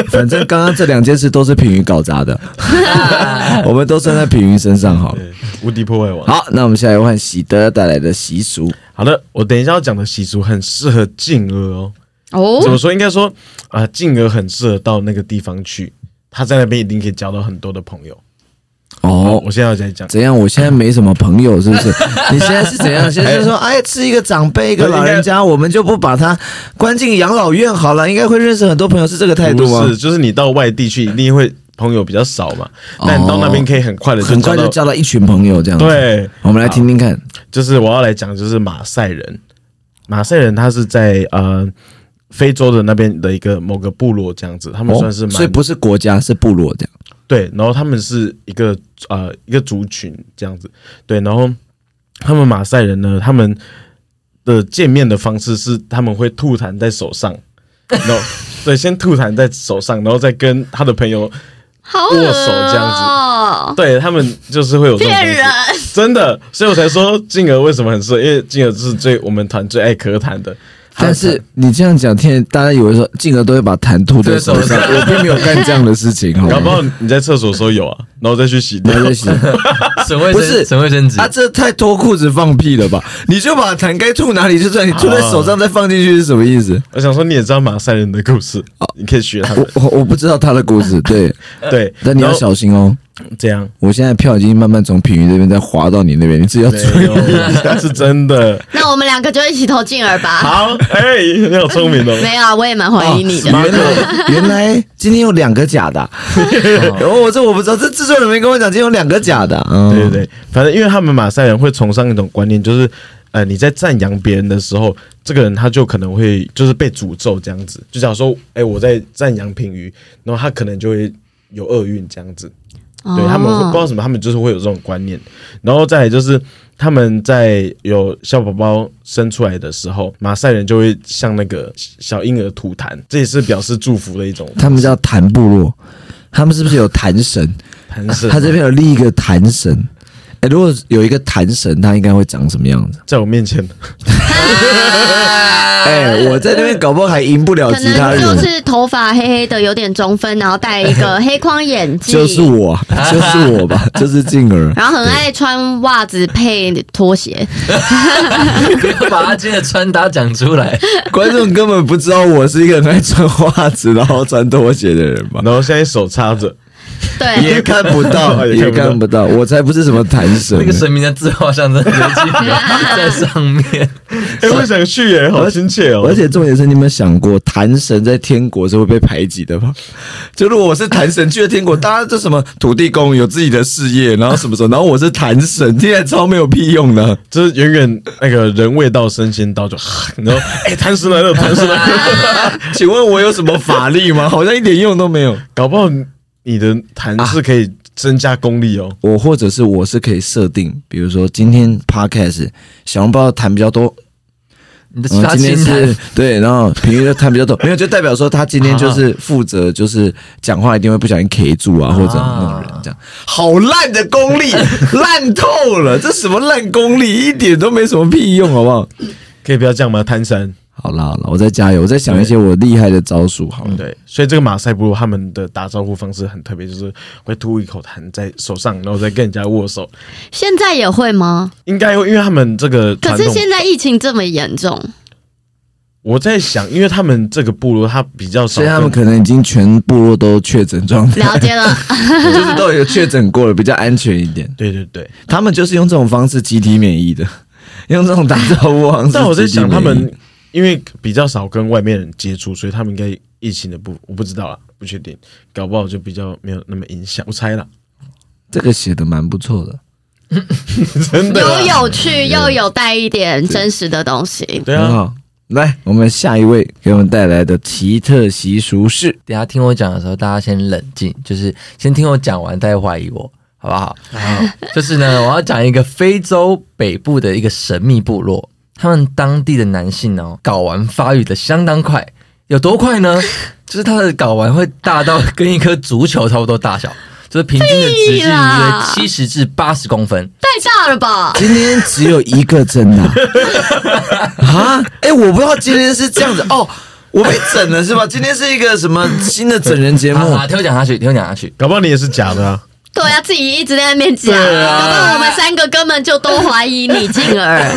Speaker 1: 反正刚刚这两件事都是品瑜搞 <laughs> 砸的， <laughs> 我们都算在品瑜身上好了。
Speaker 4: 对，无敌破坏王。
Speaker 1: 好，那我们现在换喜德带来的习俗，
Speaker 4: 好的，我等一下要讲的习俗很适合静儿哦。怎
Speaker 2: <laughs>
Speaker 4: 么
Speaker 2: 哦，
Speaker 4: 说？应该说啊，静儿很适合到那个地方去，她在那边一定可以交到很多的朋友。
Speaker 1: 哦。
Speaker 4: 我现在要再讲，
Speaker 1: 怎样？我现在没什么朋友，是不
Speaker 4: <laughs>
Speaker 1: 是？你现在是怎样？现在就说，哎，吃一个长辈，一个老人家，我们就不把他关进养老院好了，应该会认识很多朋友，是这个态度
Speaker 4: 不
Speaker 1: 吗
Speaker 4: 是，？就是你到外地去一定会朋友比较少嘛，但你到那边可以很快的就
Speaker 1: 哦很快
Speaker 4: 交
Speaker 1: 就
Speaker 4: 到。
Speaker 1: 交到一群朋友，这样子。
Speaker 4: 对，啊
Speaker 1: 我们来听听看。
Speaker 4: 就是我要来讲，就是马赛人。马赛人他是在呃非洲的那边的一个某个部落这样子，他们算是
Speaker 1: 哦
Speaker 4: 蛮、
Speaker 1: 所以不是国家，是部落这样。
Speaker 4: 对，然后他们是一个呃一个族群这样子，对，然后他们马赛人呢，他们的见面的方式是他们会吐痰在手上，然后 <laughs> 对，先吐痰在手上，然后再跟他的朋友，
Speaker 2: 好
Speaker 4: 握手
Speaker 2: 恶哦
Speaker 4: 这样对他们就是会有这种
Speaker 2: 骗
Speaker 4: 东西
Speaker 2: 人。
Speaker 4: 真的，所以我才说静儿为什么很适合，因为静儿是最我们团最爱咳痰的，
Speaker 1: 但是你这样讲，天，大家以为说静儿都会把痰吐在手
Speaker 3: 对手
Speaker 1: 上，我并没有干这样的事情，好
Speaker 4: 搞不
Speaker 1: 吗？
Speaker 4: 好你在厕所的时候有啊，然后再去洗
Speaker 1: 不
Speaker 4: 掉。
Speaker 1: 要再洗
Speaker 3: 省卫
Speaker 1: 不是
Speaker 3: 生省卫生纸
Speaker 1: 啊，，这太脱裤子放屁了吧？你就把痰该吐哪里就算，你吐在
Speaker 4: 啊
Speaker 1: 手上再放进去是什么意思？
Speaker 4: 我想说你也知道马赛人的故事，
Speaker 1: 哦
Speaker 4: 你可以学他们
Speaker 1: 我。我我不知道他的故 <laughs> 事，对，
Speaker 4: 对，
Speaker 1: 但你要
Speaker 4: 然后
Speaker 1: 小心哦。
Speaker 4: 这样，
Speaker 1: 我现在票已经慢慢从品鱼这边在滑到你那边，你自己要注
Speaker 4: 没 <laughs>
Speaker 1: 意。
Speaker 4: 有，是真的。
Speaker 2: 那我们两个就一起投进儿吧。
Speaker 4: 好，哎，你好聪明哦。
Speaker 2: 没有啊，我也蛮怀疑你的。
Speaker 1: 原来原来今天有两个假
Speaker 4: <laughs>
Speaker 1: 的啊，哦，我这我不知道，这制作人没跟我讲，今天有两个假的啊。嗯
Speaker 4: 对对对，反正因为他们马赛人会崇尚一种观念，就是呃，你在赞扬别人的时候，这个人他就可能会就是被诅咒这样子。就假如说，哎、我在赞扬品鱼，然后他可能就会有厄运这样子。对他们会不知
Speaker 2: 哦
Speaker 4: 道什么，他们就是会有这种观念。然后再来就是他们在有小宝宝生出来的时候，马赛人就会向那个小婴儿吐痰，这也是表示祝福的一种
Speaker 1: 他们叫谭部落，他们是不是有谭神？
Speaker 4: 弹射。
Speaker 1: 他这边有另一个谭神。哎，如果有一个谭神，他应该会长什么样子？
Speaker 4: 在我面前，
Speaker 1: 哎，我在那边搞不好还赢不了
Speaker 2: 啊可
Speaker 1: 其他
Speaker 2: 能就
Speaker 1: 人。
Speaker 2: 是头发黑黑的，有点中分，然后戴一个黑框眼镜，
Speaker 1: 就是我，就是我
Speaker 2: <laughs>
Speaker 1: 吧，就是静儿。
Speaker 2: 然后很爱穿袜子配拖鞋，
Speaker 3: <laughs> 把他今天的穿搭讲出来，
Speaker 1: 观众根本不知道我是一个很爱穿袜子然后穿拖鞋的人吧？
Speaker 4: <laughs> 然后现在手插着，
Speaker 1: 也
Speaker 2: 对，
Speaker 1: 看不到， <laughs> 也
Speaker 4: 也
Speaker 1: 看
Speaker 4: 看
Speaker 1: 不到，我才不是什么弹神
Speaker 3: 那个
Speaker 1: 呢。
Speaker 3: 神明的自画像真的有几个在
Speaker 1: <laughs>
Speaker 3: 上面，
Speaker 4: 哎、我想去耶，好亲切哦。
Speaker 1: 而且重点是，你有没有想过，弹神在天国是会被排挤的吗？ <laughs> 就如果我是弹神去了天国，大家就什么土地公有自己的事业，然后什么什么，然后我是弹神，听起来超没有屁用的。
Speaker 4: 就是远远那个人未到，身先到就， <laughs> 然后哎，弹石来了，弹石 <laughs> 来了，
Speaker 1: 请问我有什么法力吗？好像一点用都没有。
Speaker 4: 搞不好你的弹是可以增加功力哦。
Speaker 1: 我或者是我是可以设定，比如说今天 podcast 小笼包谈比较多，
Speaker 3: 你的
Speaker 1: 嗯，
Speaker 3: 他
Speaker 1: 今天
Speaker 3: 亲谈
Speaker 1: 是 <laughs> 对，然后平时他比较懂，没有就代表说他今天就是负责，就是讲话一定会不小心 K 住啊，或者那种人这样。好烂的功力，烂透了，这什么烂功力，一点都没什么屁用，好不好？
Speaker 4: 可以不要这样吗？贪山。
Speaker 1: 好啦好啦，我再加油，我再想一些我厉害的招数，好了。
Speaker 4: 嗯对，所以这个马赛部落他们的打招呼方式很特别，就是会吐一口痰在手上，然后再跟人家握手。
Speaker 2: 现在也会吗？
Speaker 4: 应该会，因为他们这个
Speaker 2: 可
Speaker 4: 传
Speaker 2: 是
Speaker 4: 统，
Speaker 2: 现在疫情这么严重，
Speaker 4: 我在想，因为他们这个部落他比较少
Speaker 1: 所以
Speaker 4: 跟，
Speaker 1: 他们可能已经全部落都确诊状
Speaker 2: <laughs>
Speaker 1: 态，
Speaker 2: 了解了，
Speaker 4: <laughs>
Speaker 1: 就是都有确诊过了，比较安全一点。
Speaker 4: 对对对。
Speaker 1: 他们就是用这种方式集体免疫的， <laughs> 用这种打招呼方式集体免疫。
Speaker 4: 但我在想，他们因为比较少跟外面人接触，所以他们应该疫情的不，我不知道啦，不确定，搞不好就比较没有那么影响。我猜啦， <laughs>
Speaker 1: 这个写的蛮不错的。
Speaker 4: 真的啊
Speaker 2: 有
Speaker 4: 啦，
Speaker 2: 有趣又有带一点真实的东西。
Speaker 4: 对
Speaker 1: 很
Speaker 4: 啊，
Speaker 1: 好，来，我们下一位给我们带来的奇特习俗
Speaker 4: <laughs>
Speaker 1: 是，
Speaker 3: 等一下听我讲的时候，大家先冷静，就是先听我讲完再怀疑我，好不好？就是呢，我要讲一个非洲北部的一个神秘部落，他们当地的男性哦，睾丸发育的相当快，有多快 <laughs> 呢？就是他的睾丸会大到跟一颗足球差不多大小，就是平均的直
Speaker 2: 屁
Speaker 3: 径约
Speaker 2: 啦
Speaker 3: 七十至八十公 <laughs> 分。
Speaker 2: 太大了吧？
Speaker 1: 今天只有一个真
Speaker 4: <laughs>
Speaker 1: 的啊？哎、我不知道今天是这样子哦，我被整了是吧？今天是一个什么新的整人节
Speaker 4: <laughs>
Speaker 1: 目
Speaker 3: 好？好，听我讲下去，听我讲下去。
Speaker 4: 搞不好你也是假的啊。
Speaker 2: 对啊，自己一直在那边讲，
Speaker 3: 对啊
Speaker 2: 搞不好我们三个根本就都怀疑你进
Speaker 3: <laughs>
Speaker 2: 儿。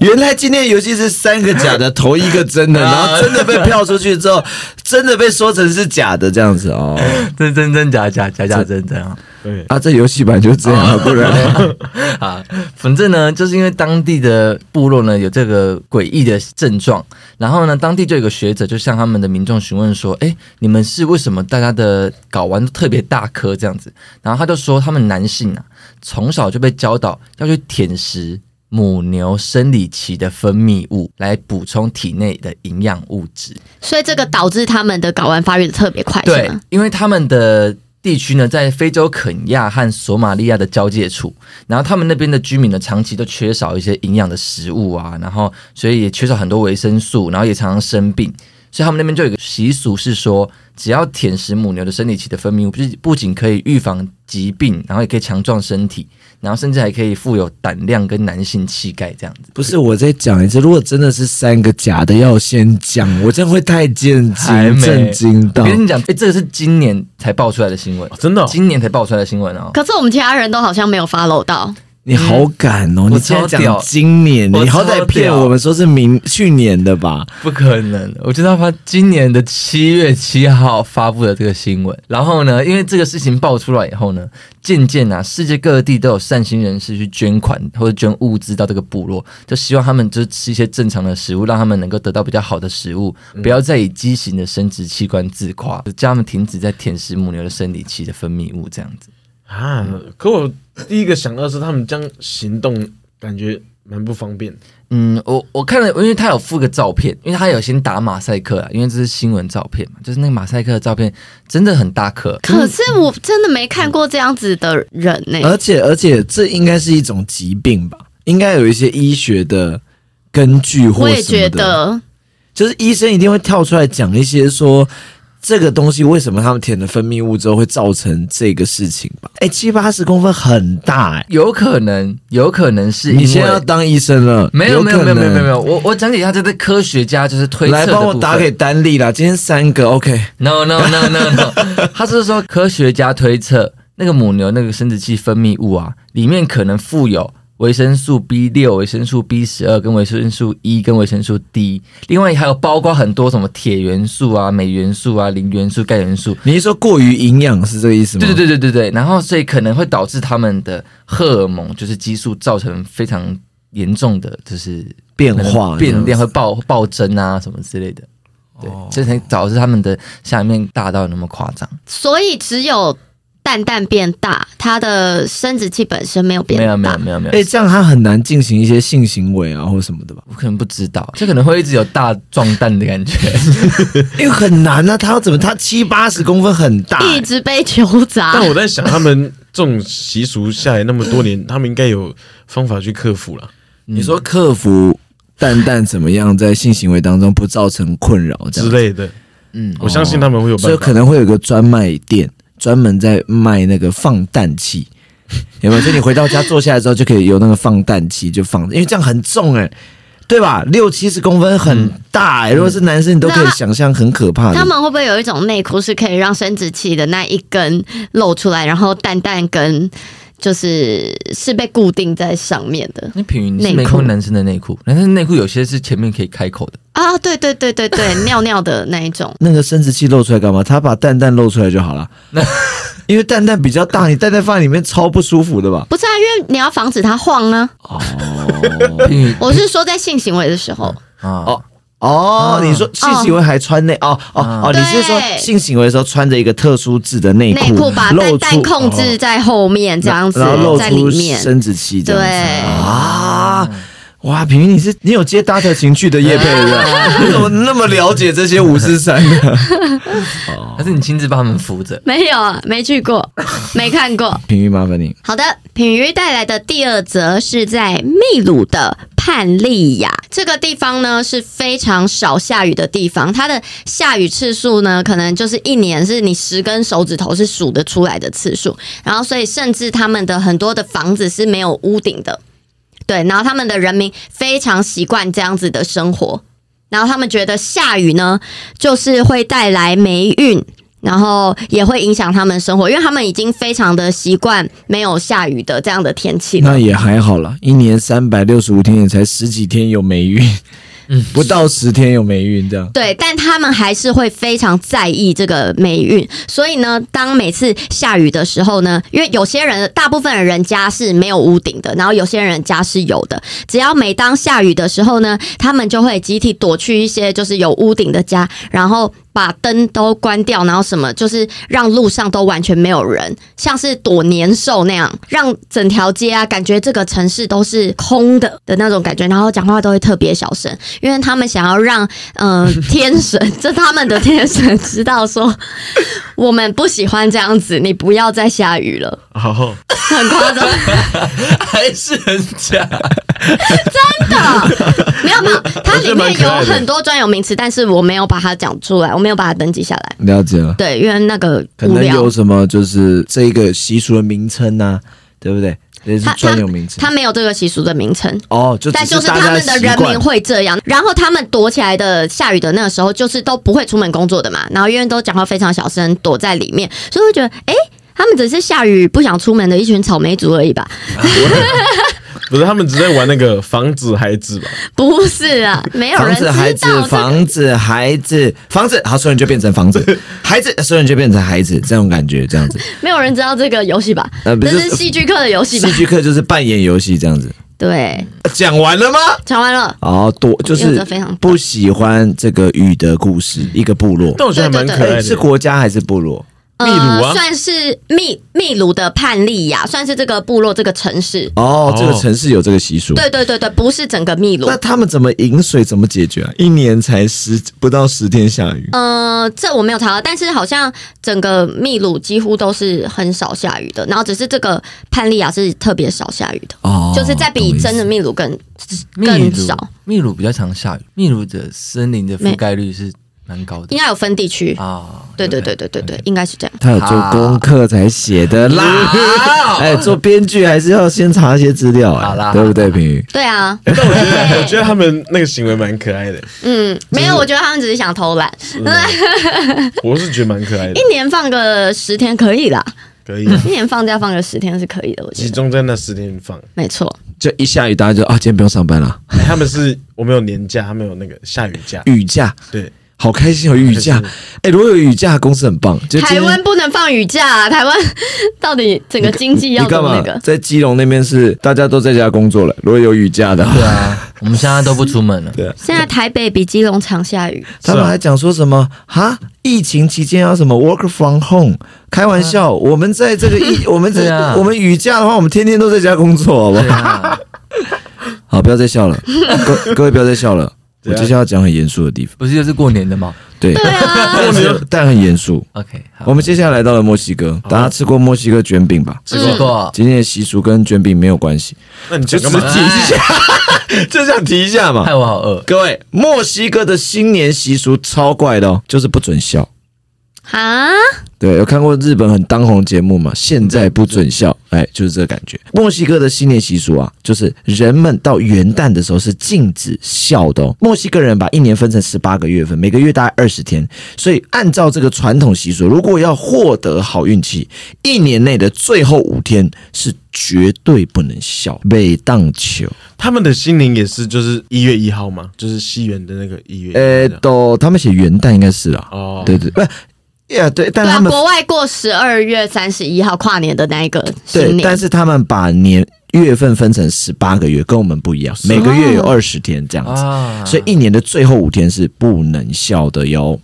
Speaker 1: 原来今天游戏是三个假的，头一个真的，
Speaker 4: <laughs> 啊
Speaker 1: 然后真的被票出去之后，真的被说成是假的这样子哦。
Speaker 3: 真真真假假假假真真啊！
Speaker 4: 对，
Speaker 1: 啊，这游戏版就这样
Speaker 4: 哦
Speaker 1: 啊，不
Speaker 4: <laughs>
Speaker 1: 然
Speaker 3: <laughs> 啊，反正呢，就是因为当地的部落呢有这个诡异的症状，然后呢，当地就有个学者就向他们的民众询问说：“哎，你们是为什么大家的睾丸都特别大颗这样子？”然后他就说，他们男性啊，从小就被教导要去舔食母牛生理期的分泌物来补充体内的营养物质。
Speaker 2: 所以这个导致他们的睾丸发育的特别快，是
Speaker 3: 对
Speaker 2: 吗？，
Speaker 3: 因为他们的地区呢，在非洲肯亚和索马利亚的交界处，然后他们那边的居民呢，长期都缺少一些营养的食物啊，然后所以也缺少很多维生素，然后也常常生病。所以他们那边就有一个习俗是说，只要舔食母牛的生理期的分泌物，不是不仅可以预防疾病，然后也可以强壮身体，然后甚至还可以富有胆量跟男性气概这样子。
Speaker 1: 不是，我再讲一次，如果真的是三个假的，要先讲，我真的会太震
Speaker 3: 还
Speaker 1: 惊，
Speaker 3: 没
Speaker 1: 震惊
Speaker 3: 我
Speaker 2: 哦
Speaker 1: 到。
Speaker 3: 跟你讲，哎、这个是今年才爆出来的新闻，
Speaker 4: 哦真的哦
Speaker 3: 今年才爆出来的新闻哦。
Speaker 2: 可是我们其他人都好像没有 follow
Speaker 3: 嗯
Speaker 2: 到，
Speaker 1: 你好敢哦！你竟然
Speaker 3: 我超屌
Speaker 1: 讲今年，
Speaker 3: 我
Speaker 1: 你好
Speaker 3: 超
Speaker 1: 歹骗
Speaker 3: 屌
Speaker 1: 我们说是明去年的吧？
Speaker 3: 不可能！我知道他今年的七月七号发布的这个新闻，然后呢，因为这个事情爆出来以后呢，渐渐啊，世界各地都有善心人士去捐款或者捐物资到这个部落，就希望他们就吃一些正常的食物，让他们能够得到比较好的食物，不要再以畸形的生殖器官自夸，就叫他们停止在舔食母牛的生理期的分泌物这样子。
Speaker 4: 啊！可我第一个想到是他们这样行动，感觉蛮不方便。
Speaker 3: 嗯，我我看了，因为他有附个照片，因为他有先打马赛克啊，因为这是新闻照片嘛，就是那个马赛克的照片真的很大颗，
Speaker 2: 可是我真的没看过这样子的人呢、
Speaker 3: 呃
Speaker 1: 而且而且，这应该是一种疾病吧？应该有一些医学的根据或
Speaker 2: 我
Speaker 1: 什么
Speaker 2: 也
Speaker 1: 的。
Speaker 2: 觉得，
Speaker 1: 就是医生一定会跳出来讲一些说这个东西为什么他们舔了分泌物之后会造成这个事情吧？哎、七八十公分很大哎、
Speaker 3: 有可能，有可能是因为
Speaker 1: 你现在要当医生了？
Speaker 3: 没有没有
Speaker 1: 可
Speaker 3: 没有
Speaker 1: 能
Speaker 3: 没有没有没有，我我讲解一下这对科学家就是推测
Speaker 1: 来
Speaker 3: 的
Speaker 1: 帮我
Speaker 3: 部
Speaker 1: 打
Speaker 3: 分
Speaker 1: 给丹丽啦，今天三个 OK，
Speaker 3: No no no no no，他是说科学家推测，那个母牛那个生殖器分泌物啊，里面可能富有维生素 B 六、维生素 B 十二、跟维生素 E、跟维生素 D，另外还有包括很多什么铁元素啊、镁元素啊、磷元素、钙元素。
Speaker 1: 你是说过于营养是这个意思吗？
Speaker 3: 对对对对对对，然后所以可能会导致他们的荷尔蒙就是激素造成非常严重的就是
Speaker 1: 变化这样
Speaker 3: 变
Speaker 1: 子
Speaker 3: 量会暴暴增啊什么之类的。对，这才导致他们的下面大到那么夸张，
Speaker 2: 所以只有蛋蛋变大，它的生殖器本身没有变
Speaker 3: 没
Speaker 2: 大。
Speaker 3: 有没有没有没有，
Speaker 1: 哎、这样他很难进行一些性行为啊或什么的吧？
Speaker 3: 我可能不知道，这可能会一直有大壮蛋的感觉。
Speaker 1: 因为很难啊，他要怎么？他七八十公分很大、欸
Speaker 2: 一直被 <laughs> 球砸
Speaker 4: 但，我在想，他们这种习俗下来那么多年，他们应该有方法去克服了
Speaker 1: 你说克服蛋蛋怎么样在性行为当中不造成困扰这
Speaker 4: 之
Speaker 1: 样哦
Speaker 4: 类的。
Speaker 3: 嗯，
Speaker 4: 我相信他们会有
Speaker 1: 所
Speaker 4: 办
Speaker 1: 以
Speaker 4: 法
Speaker 1: 可。能会有一个专卖店，专门在卖那个放氮气，有没有？就你回到家坐下来之后，就可以有那个放氮气，就放，因为这样很重哎、对吧？六七十公分很大
Speaker 4: 嗯
Speaker 1: 哎、如果是男生，你都可以
Speaker 2: 那
Speaker 1: 想象很可怕的。
Speaker 2: 他们会不会有一种内裤是可以让生殖器的那一根露出来，然后蛋蛋跟就是是被固定在上面的
Speaker 3: 那品云你是
Speaker 2: 内
Speaker 3: 没
Speaker 2: 裤
Speaker 3: 看过男生的内裤，男生的内裤有些是前面可以开口的，
Speaker 2: 啊？对对对对 <laughs> 对，尿尿的那一种。
Speaker 1: 那个生殖器露出来干嘛？他把蛋蛋露出来就好了。 <laughs> 因为蛋蛋比较大，你蛋蛋放在里面超不舒服的吧？
Speaker 2: 不是啊，因为你要防止它晃啊。
Speaker 3: 品云
Speaker 2: 我是说在性行为的时候，
Speaker 3: 啊，
Speaker 1: 哦哦，你说性行为还穿内哦哦哦，
Speaker 4: 嗯
Speaker 1: 你
Speaker 2: 对
Speaker 1: 是说性行为的时候穿着一个特殊制的内
Speaker 2: 内裤把
Speaker 1: 露
Speaker 2: 蛋
Speaker 1: 出
Speaker 2: 蛋控制在后面这样子
Speaker 1: 然后露，
Speaker 2: 在里
Speaker 1: 出
Speaker 2: 面。
Speaker 1: 生殖器这样子
Speaker 2: 对
Speaker 1: 啊。哇，平平，你是你有接搭特情趣的叶配的， <laughs> 你怎么那么了解这些五四三呢？
Speaker 3: 啊但是你亲自帮他们扶着，
Speaker 2: 没有，啊，没去过，没看过。
Speaker 1: <laughs> 平平，麻烦你，
Speaker 2: 好的，品瑜带来的第二则是在秘鲁的盼利亚这个地方呢，是非常少下雨的地方，它的下雨次数呢，可能就是一年是你十根手指头是数得出来的次数，然后所以甚至他们的很多的房子是没有屋顶的，对，然后他们的人民非常习惯这样子的生活，然后他们觉得下雨呢，就是会带来霉运，然后也会影响他们生活，因为他们已经非常的习惯没有下雨的这样的天气了。
Speaker 1: 那也还好啦，一年三百六十五天也才十几天有霉运，嗯，不到十天有霉运这样。
Speaker 2: 对，但他们还是会非常在意这个霉运，所以呢，当每次下雨的时候呢，因为有些人，大部分的人家是没有屋顶的，然后有些人家是有的。只要每当下雨的时候呢，他们就会集体躲去一些就是有屋顶的家，然后把灯都关掉，然后什么就是让路上都完全没有人，像是躲年兽那样，让整条街啊感觉这个城市都是空的的那种感觉，然后讲话都会特别小声，因为他们想要 <laughs> 让嗯、呃天神，这他们的天神知道说我们不喜欢这样子，你不要再下雨了，
Speaker 4: <laughs> 好，
Speaker 2: 很夸张。
Speaker 3: <laughs> 还是很 <laughs> 假。
Speaker 2: 啊没有没有，它
Speaker 4: 我
Speaker 2: 里
Speaker 4: 觉得蛮
Speaker 2: 面
Speaker 4: 可
Speaker 2: 有
Speaker 4: 爱的
Speaker 2: 很多专有名词，但是我没有把它讲出来，我没有把它登记下来。
Speaker 1: 了解了。
Speaker 2: 对，因为那个
Speaker 1: 可
Speaker 2: 无
Speaker 1: 能
Speaker 2: 聊
Speaker 1: 有，什么就是这一个习俗的名称呐、对不对？这是
Speaker 2: 它
Speaker 1: 专有名词。
Speaker 2: 它没有这个习俗的名称。
Speaker 1: 哦，就
Speaker 2: 但
Speaker 1: 只
Speaker 2: 就是
Speaker 1: 大
Speaker 2: 他
Speaker 1: 家
Speaker 2: 们的
Speaker 1: 习
Speaker 2: 人
Speaker 1: 惯
Speaker 2: 民会这样，然后他们躲起来的下雨的那个时候，就是都不会出门工作的嘛，然后因为都讲话非常小声，躲在里面，所以会觉得，哎、他们只是下雨不想出门的一群草莓族而已吧？ <laughs>
Speaker 4: 不是他们只在玩那个防止孩子吧？
Speaker 2: 不是啊，没有
Speaker 1: 房
Speaker 2: 人知
Speaker 1: 子、
Speaker 2: 道
Speaker 1: 孩子、
Speaker 2: 这个
Speaker 1: 房子、孩子、房子，好，所以你就变成房子；
Speaker 2: <laughs>
Speaker 1: 孩子，所以你就变成孩子，这种感觉，这样子。
Speaker 2: 没有人知道这个游戏吧？
Speaker 1: 呃不
Speaker 2: 这
Speaker 1: 是
Speaker 2: 是戏剧课的游戏吧
Speaker 1: 戏？剧课就是扮演游戏这样子。
Speaker 2: 对，
Speaker 1: 讲完了吗？
Speaker 2: 讲完了。
Speaker 1: 哦，多就
Speaker 2: 用
Speaker 1: 是
Speaker 2: 得非常嗯
Speaker 1: 不喜欢这个雨的故事，一个部落。
Speaker 4: 但我觉得还蛮可爱
Speaker 1: 哎
Speaker 4: 的，
Speaker 1: 是国家还是部落？
Speaker 4: 秘鲁啊
Speaker 2: 呃、算是秘秘鲁的叛利呀，算是这个部落这个城市。
Speaker 1: 哦
Speaker 4: 哦，
Speaker 1: 这个城市有这个习俗。
Speaker 2: 对对对对，不是整个秘鲁
Speaker 1: 那。他们怎么饮水怎么解决啊？一年才十不到十天下雨，
Speaker 2: 呃，这我没有查到，但是好像整个秘鲁几乎都是很少下雨的，然后只是这个叛利亚是特别少下雨的，
Speaker 1: 哦，
Speaker 2: 嗯就是在比
Speaker 1: 懂意思
Speaker 2: 真的秘鲁更
Speaker 3: 秘
Speaker 2: 更
Speaker 3: 鲁
Speaker 2: 少，
Speaker 3: 秘鲁比较常下雨，秘鲁的森林的覆
Speaker 2: 没
Speaker 3: 盖率是蛮高的
Speaker 2: 应该有分地区。
Speaker 3: 啊。
Speaker 2: 对对对对对对，应该是这样。
Speaker 1: 他有做功课才写的啦。 <laughs> 哎，做编剧还是要先查一些资料
Speaker 3: 好啦
Speaker 1: 啊，对不对，平宇？
Speaker 2: 对啊，
Speaker 4: 但我觉得，
Speaker 2: 对
Speaker 4: <laughs> 我觉得他们那个行为蛮可爱的，
Speaker 2: 嗯，没有，我觉得他们只是想偷懒，
Speaker 4: 嗯我是觉得蛮可爱的，
Speaker 2: 一年放个十天可以啦，
Speaker 4: 可以
Speaker 2: 一年放假放个十天是可以的，我觉
Speaker 4: 集
Speaker 2: 得
Speaker 4: 中在那十天放。
Speaker 2: 没错。
Speaker 1: 就一下雨，大家就啊，今天不用上班了，
Speaker 4: 哎他们是我们有年假，他们有那个下雨假，
Speaker 1: 雨假，
Speaker 4: 对，
Speaker 1: 好开心有雨假
Speaker 4: 开。
Speaker 1: 哎，如果有雨假，公司很棒。就今
Speaker 2: 台
Speaker 1: 天
Speaker 2: 湾不能放雨假、啊，台湾 <laughs> 到底整个经济要
Speaker 1: 你
Speaker 2: 怎
Speaker 1: 干
Speaker 2: 么
Speaker 1: 嘛
Speaker 2: 那个？
Speaker 1: 在基隆那边是大家都在家工作了，如果有雨假的话
Speaker 3: 对，啊，我们现在都不出门了。
Speaker 1: 对
Speaker 2: 现在台北比基隆常下雨，
Speaker 1: 他们还讲说什么哈？疫情期间要什么 work from home？开玩笑，我们在这个
Speaker 3: <laughs>
Speaker 1: 疫，我们
Speaker 3: 啊对
Speaker 1: 这、
Speaker 3: 啊
Speaker 1: 我们雨假的话，我们天天都在家工作，好不好
Speaker 3: 对？啊，
Speaker 1: 好，不要再笑了，各各位不要再笑了。我
Speaker 4: 对啊
Speaker 1: 接下来要讲很严肃的地方，
Speaker 3: 不是就是过年的吗
Speaker 1: 对，
Speaker 2: 对啊，
Speaker 1: 但是但很严肃。
Speaker 3: ？OK，好，
Speaker 1: 我们接下来到了墨西哥，大家吃过墨西哥卷饼吧？
Speaker 3: 吃过
Speaker 1: 今天的习俗跟卷饼没有关系，
Speaker 4: 那你就干嘛？
Speaker 1: 提一下， <laughs> 就想提一下嘛
Speaker 3: 害。我好饿。
Speaker 1: 各位，墨西哥的新年习俗超怪的哦，就是不准笑。
Speaker 2: 啊，
Speaker 1: 对，有看过日本很当红节目嘛？现在不准笑，
Speaker 4: 嗯
Speaker 1: 哎，就是这个感觉。墨西哥的新年习俗啊，就是人们到元旦的时候是禁止笑的哦。墨西哥人把一年分成十八个月份，每个月大概二十天，所以按照这个传统习俗，如果要获得好运气，一年内的最后五天是绝对不能笑，被当球。
Speaker 4: 他们的新年也是就是一月一号吗？就是西元的那个一月1号
Speaker 1: 呃，
Speaker 4: 这样
Speaker 1: 都他们写元旦应该是啦，
Speaker 4: 哦，
Speaker 1: 对对，不，呀对，但
Speaker 2: 对
Speaker 1: 他
Speaker 2: 啊，
Speaker 1: 们
Speaker 2: 国外过十二月三十一号跨年的那一个新
Speaker 1: 对，
Speaker 2: 年
Speaker 1: 但，是他们把年月份分成十八个月，跟我们不一样，每个月有二十天这样子，
Speaker 3: 啊
Speaker 1: 所以一年的最后五天是不能笑的哟。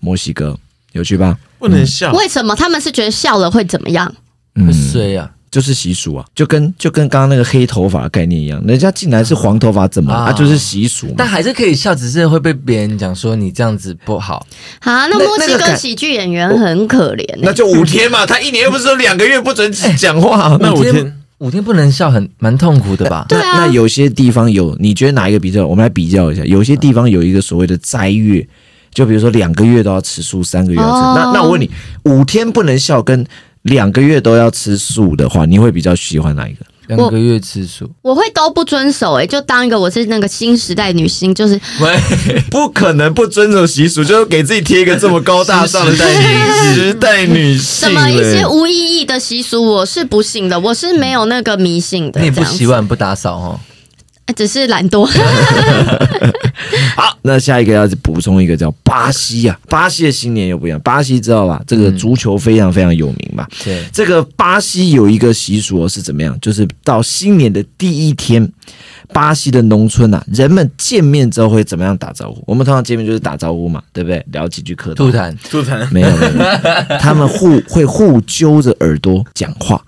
Speaker 1: 墨西哥有趣吧？
Speaker 4: 不能笑，
Speaker 2: 哦为什么他们是觉得笑了会怎么样？
Speaker 3: 会衰啊，
Speaker 1: 就是习俗啊，就跟就跟刚刚那个黑头发的概念一样，人家进来是黄头发，怎么了
Speaker 3: 啊
Speaker 1: 啊？就是习俗
Speaker 3: 但
Speaker 1: 嘛。
Speaker 3: 还是可以笑，只是会被别人讲说你这样子不好。
Speaker 2: 啊，
Speaker 1: 那
Speaker 2: 那墨
Speaker 1: 那
Speaker 2: 西
Speaker 1: 个
Speaker 2: 哥
Speaker 1: 感
Speaker 2: 喜剧演员很可怜欸、
Speaker 1: 那就五天嘛，他一年又不是说两个月不准讲话。
Speaker 4: 那五天
Speaker 3: 五天不能笑很蛮痛苦的吧？
Speaker 2: 对
Speaker 1: 那
Speaker 2: 啊
Speaker 1: 那有些地方有，你觉得哪一个比较？我们来比较一下，有些地方有一个所谓的斋月，就比如说两个月都要吃素，三个月要吃。
Speaker 2: 哦
Speaker 1: 那那我问你，五天不能笑，跟两个月都要吃素的话，你会比较喜欢哪一个？
Speaker 3: 两个月吃素，
Speaker 2: 我会都不遵守、欸，就当一个我是那个新时代女星，就是
Speaker 3: 喂，
Speaker 1: <laughs> 不可能不遵守习俗，就是给自己贴一个这么高大上的时代女时代女性
Speaker 2: 什么一些无意义的习俗，我是不信的，我是没有那个迷信的
Speaker 3: 那你，
Speaker 2: 这
Speaker 3: 不
Speaker 2: 样
Speaker 3: 洗
Speaker 2: 子，哎
Speaker 3: 碗不打扫哦？
Speaker 2: 只是懒惰。
Speaker 1: 好，那下一个要补充一个叫巴西啊，巴西的新年又不一样，巴西知道吧？这个足球非常非常有名嘛。
Speaker 3: 嗯对，
Speaker 1: 这个巴西有一个习俗哦是怎么样？就是到新年的第一天，巴西的农村啊，人们见面之后会怎么样打招呼？我们通常见面就是打招呼嘛，对不对？聊几句客套
Speaker 3: 吐。痰，
Speaker 4: 吐痰，
Speaker 1: 没有，没有没
Speaker 3: <laughs>
Speaker 1: 有他们互会互揪着耳朵讲话，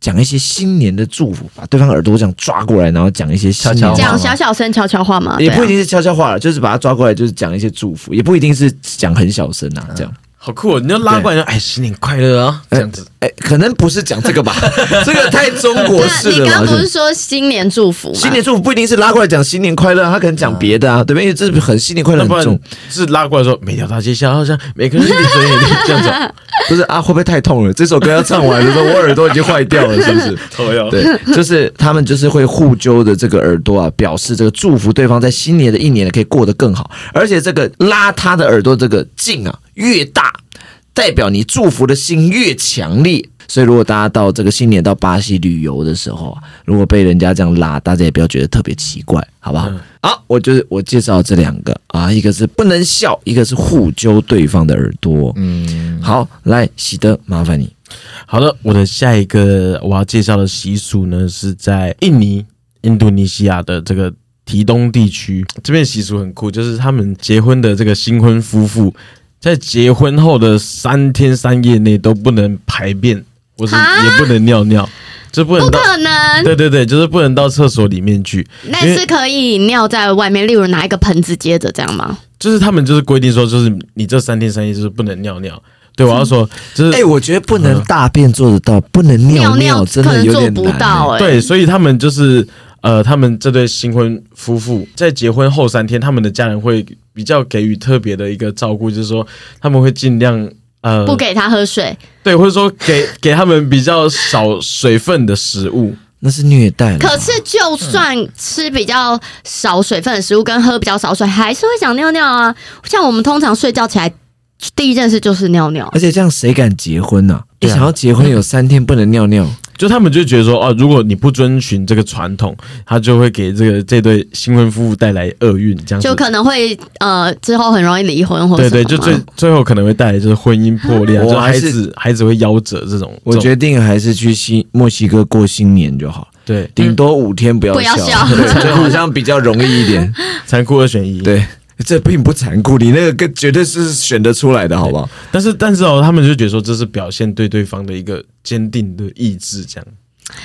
Speaker 1: 讲一些新年的祝福，把对方耳朵这样抓过来，然后 <laughs> 讲一些新年
Speaker 3: 悄悄
Speaker 1: 的
Speaker 3: 话
Speaker 2: 讲小小声悄悄话嘛，
Speaker 1: 也不一
Speaker 2: 对啊
Speaker 1: 定是悄悄话了，就是把他抓过来，就是讲一些祝福，也不一定是讲很小声
Speaker 2: 嗯
Speaker 1: 啊，这样。
Speaker 4: 好酷哦！你就拉过来就哎，新年快乐啊，这样子。
Speaker 1: 哎、可能不是讲这
Speaker 2: <laughs>
Speaker 1: 个吧，这个太中国式
Speaker 2: 对啊
Speaker 1: 了
Speaker 2: 你
Speaker 1: 吧？
Speaker 2: 刚刚不
Speaker 1: 是
Speaker 2: 是说新年祝福吗？
Speaker 1: 新年祝福不一定是拉过来讲新年快乐啊，他可能
Speaker 2: 嗯
Speaker 1: 讲别的啊，对不对？因为这是很新年快乐
Speaker 4: 那
Speaker 1: 哎很
Speaker 4: 不然
Speaker 1: 重，
Speaker 4: 是拉过来说每条大街小巷，每个人都嘴眼泪这样子。
Speaker 1: <laughs> 不是啊？会不会太痛了？这首歌要唱完的时候，我耳朵已经坏掉了，是不是？
Speaker 4: 哦哟，
Speaker 1: 对，就是他们就是会互揪的这个耳朵啊，表示这个祝福对方在新年的一年呢可以过得更好，而且这个拉他的耳朵这个劲啊越大，代表你祝福的心越强烈。所以，如果大家到这个新年到巴西旅游的时候啊，如果被人家这样拉，大家也不要觉得特别奇怪，好不好？好，我就是我介绍这两个啊，一个是不能笑，一个是互揪对方的耳朵。
Speaker 3: 嗯，
Speaker 1: 好，来，喜德，麻烦你。
Speaker 4: 好的，我的下一个我要介绍的习俗呢，是在印尼、印度尼西亚的这个提东地区。这边习俗很酷，就是他们结婚的这个新婚夫妇，在结婚后的三天三夜内都不能排便，或是
Speaker 2: 啊
Speaker 4: 也不能尿尿，这不能
Speaker 2: 不
Speaker 4: 到。
Speaker 2: 可能，
Speaker 4: 对对对，就是不能到厕所里面去，
Speaker 2: 那是可以尿在外面，例如拿一个盆子接着这样吗？
Speaker 4: 就是他们就是规定说，就是你这三天三夜就是不能尿尿。对，我要说就是
Speaker 1: 哎、我觉得不能大便做得到，不能尿
Speaker 2: 尿
Speaker 1: 真
Speaker 2: 可
Speaker 1: 的
Speaker 2: 能
Speaker 1: 有
Speaker 2: 做
Speaker 1: 点难。欸
Speaker 2: 不到哎、
Speaker 4: 对，所以他们就是呃，他们这对新婚夫妇在结婚后三天，他们的家人会比较给予特别的一个照顾，就是说他们会尽量呃，
Speaker 2: 不给他喝水，
Speaker 4: 对，或者说给给他们比较少水分的食物。
Speaker 1: 那是虐待了。
Speaker 2: 可是就算
Speaker 1: 嗯
Speaker 2: 吃比较少水分的食物，跟喝比较少水，还是会想尿尿啊。像我们通常睡觉起来，第一件事就是尿尿。
Speaker 1: 而且这样谁敢结婚呢、啊？一
Speaker 3: 啊
Speaker 1: 想要结婚有三天不能尿尿，
Speaker 4: 就他们就觉得说，哦，如果你不遵循这个传统，他就会给这个这对新婚夫妇带来厄运，这
Speaker 1: 嗯
Speaker 4: 样子
Speaker 2: 就。可能会呃，之后很容易离婚或者
Speaker 4: 对
Speaker 2: 什么
Speaker 4: 对，
Speaker 2: 嘛
Speaker 4: 就最最后可能会带来就是婚姻破裂啊，
Speaker 1: 我
Speaker 4: 就
Speaker 1: 还
Speaker 4: 孩
Speaker 1: 是
Speaker 4: 子孩子会夭折这种。
Speaker 1: <laughs> 我
Speaker 4: 这种
Speaker 1: 决定还是去西墨西哥过新年就好，
Speaker 4: 对
Speaker 1: 顶多五天不要
Speaker 2: 嗯不要
Speaker 1: 笑，
Speaker 2: 笑嗯
Speaker 1: 对这好
Speaker 2: <laughs>
Speaker 1: 像比较容易一点。
Speaker 4: 残酷二选一。
Speaker 1: 对，这并不残酷，你那个跟绝对是选得出来的，好不好？
Speaker 4: 但是但是哦，他们就觉得说这是表现对对方的一个坚定的意志，这样。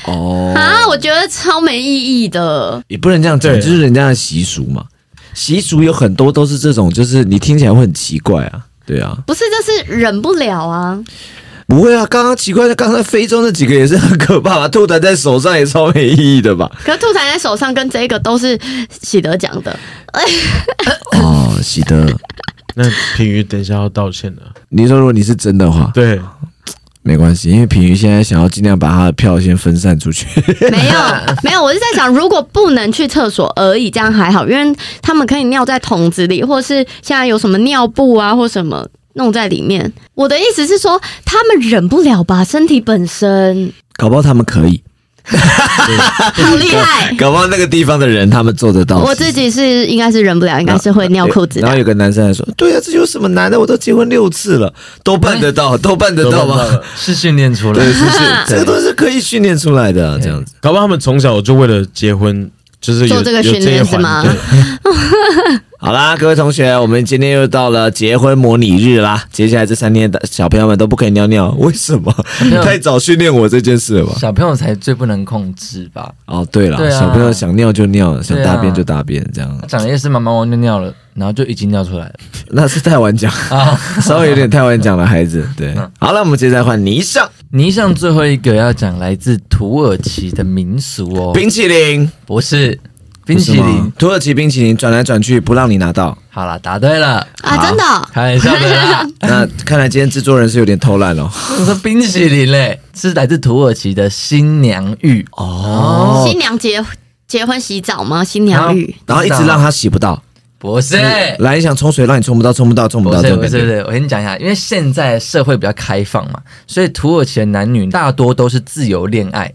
Speaker 1: 哦，
Speaker 2: 啊，我觉得超没意义的。
Speaker 1: 也不能这样讲，
Speaker 4: 对
Speaker 1: 就是人家的习俗嘛。习俗有很多都是这种，就是你听起来会很奇怪啊。对啊，
Speaker 2: 不是，这是忍不了啊！
Speaker 1: 不会啊，刚刚奇怪的，刚才非洲那几个也是很可怕吧？吐痰在手上也超没意义的吧？
Speaker 2: 可是吐痰在手上跟这个都是喜德讲的，
Speaker 1: 哦，喜德，
Speaker 4: 那平宇等一下要道歉了。
Speaker 1: 你说如果你是真的话，
Speaker 4: 对，
Speaker 1: 没关系，因为品瑜现在想要尽量把他的票先分散出去。 <laughs>
Speaker 2: <laughs> 没有没有，我是在想，如果不能去厕所而已，这样还好，因为他们可以尿在桶子里，或是现在有什么尿布啊，或什么弄在里面。我的意思是说，他们忍不了吧，身体本身
Speaker 1: 搞不好他们可以，
Speaker 2: 好厉害。
Speaker 1: 搞不好那个地方的人他们做得到。
Speaker 2: <laughs> 我自己是应该是忍不了，应该是会尿裤子
Speaker 1: 然后
Speaker 2: 的。
Speaker 1: 有个男生还说：“对啊，这有什么难的？我都结婚六次了，都办得到，都办得到
Speaker 3: <laughs>
Speaker 4: 都办得
Speaker 1: 吗
Speaker 4: 到？
Speaker 3: 是训练出来
Speaker 1: <laughs> 对，
Speaker 3: 的，
Speaker 1: 是不是？ <laughs> 这个都是可以训练出来的啊，这样子。
Speaker 4: 搞不好他们从小就为了结婚，就是有
Speaker 2: 做这个
Speaker 4: 有
Speaker 2: 训练
Speaker 4: 一环
Speaker 2: 是吗
Speaker 4: 对
Speaker 1: 好啦，各位同学，我们今天又到了结婚模拟日啦。接下来这三天，小朋友们都不可以尿尿，为什么？
Speaker 3: 友
Speaker 1: 太早训练我这件事了吧？
Speaker 3: 小朋友才最不能控制吧？
Speaker 1: 哦，对了，
Speaker 3: 对啊
Speaker 1: 小朋友想尿就尿，想
Speaker 3: 对啊
Speaker 1: 大便就大便， <laughs> 这样
Speaker 3: 他讲的也是妈妈我尿尿了，然后就已经尿出来了
Speaker 1: 那是太晚讲，
Speaker 3: 啊。
Speaker 1: 稍微有点太晚讲了，孩子。对，好了，我们接下来换霓裳
Speaker 3: 尼尚最后一个要讲来自土耳其的民俗哦，
Speaker 1: 冰淇淋，
Speaker 3: 不是冰淇
Speaker 1: 不是吗
Speaker 3: 淋。，
Speaker 1: 土耳其冰淇淋转来转去不让你拿到。
Speaker 3: 好了，答对了，
Speaker 2: 啊，真的哦、
Speaker 3: 开玩笑
Speaker 2: <laughs>
Speaker 3: 的啦。
Speaker 1: 那看来今天制作人是有点偷懒哦。
Speaker 3: 我说冰淇淋嘞，是来自土耳其的新娘浴
Speaker 1: 哦，
Speaker 2: 新娘结结婚洗澡吗？新娘浴
Speaker 1: 然后一直让他洗不到，
Speaker 3: 不是。
Speaker 1: 来你想冲水，让你冲不到，冲不到，冲不
Speaker 3: 不
Speaker 1: 到，这
Speaker 3: 是
Speaker 1: 种
Speaker 3: 不是
Speaker 1: 感
Speaker 3: 不
Speaker 1: 觉。
Speaker 3: 是，我跟你讲一下，因为现在社会比较开放嘛，所以土耳其的男女大多都是自由恋爱，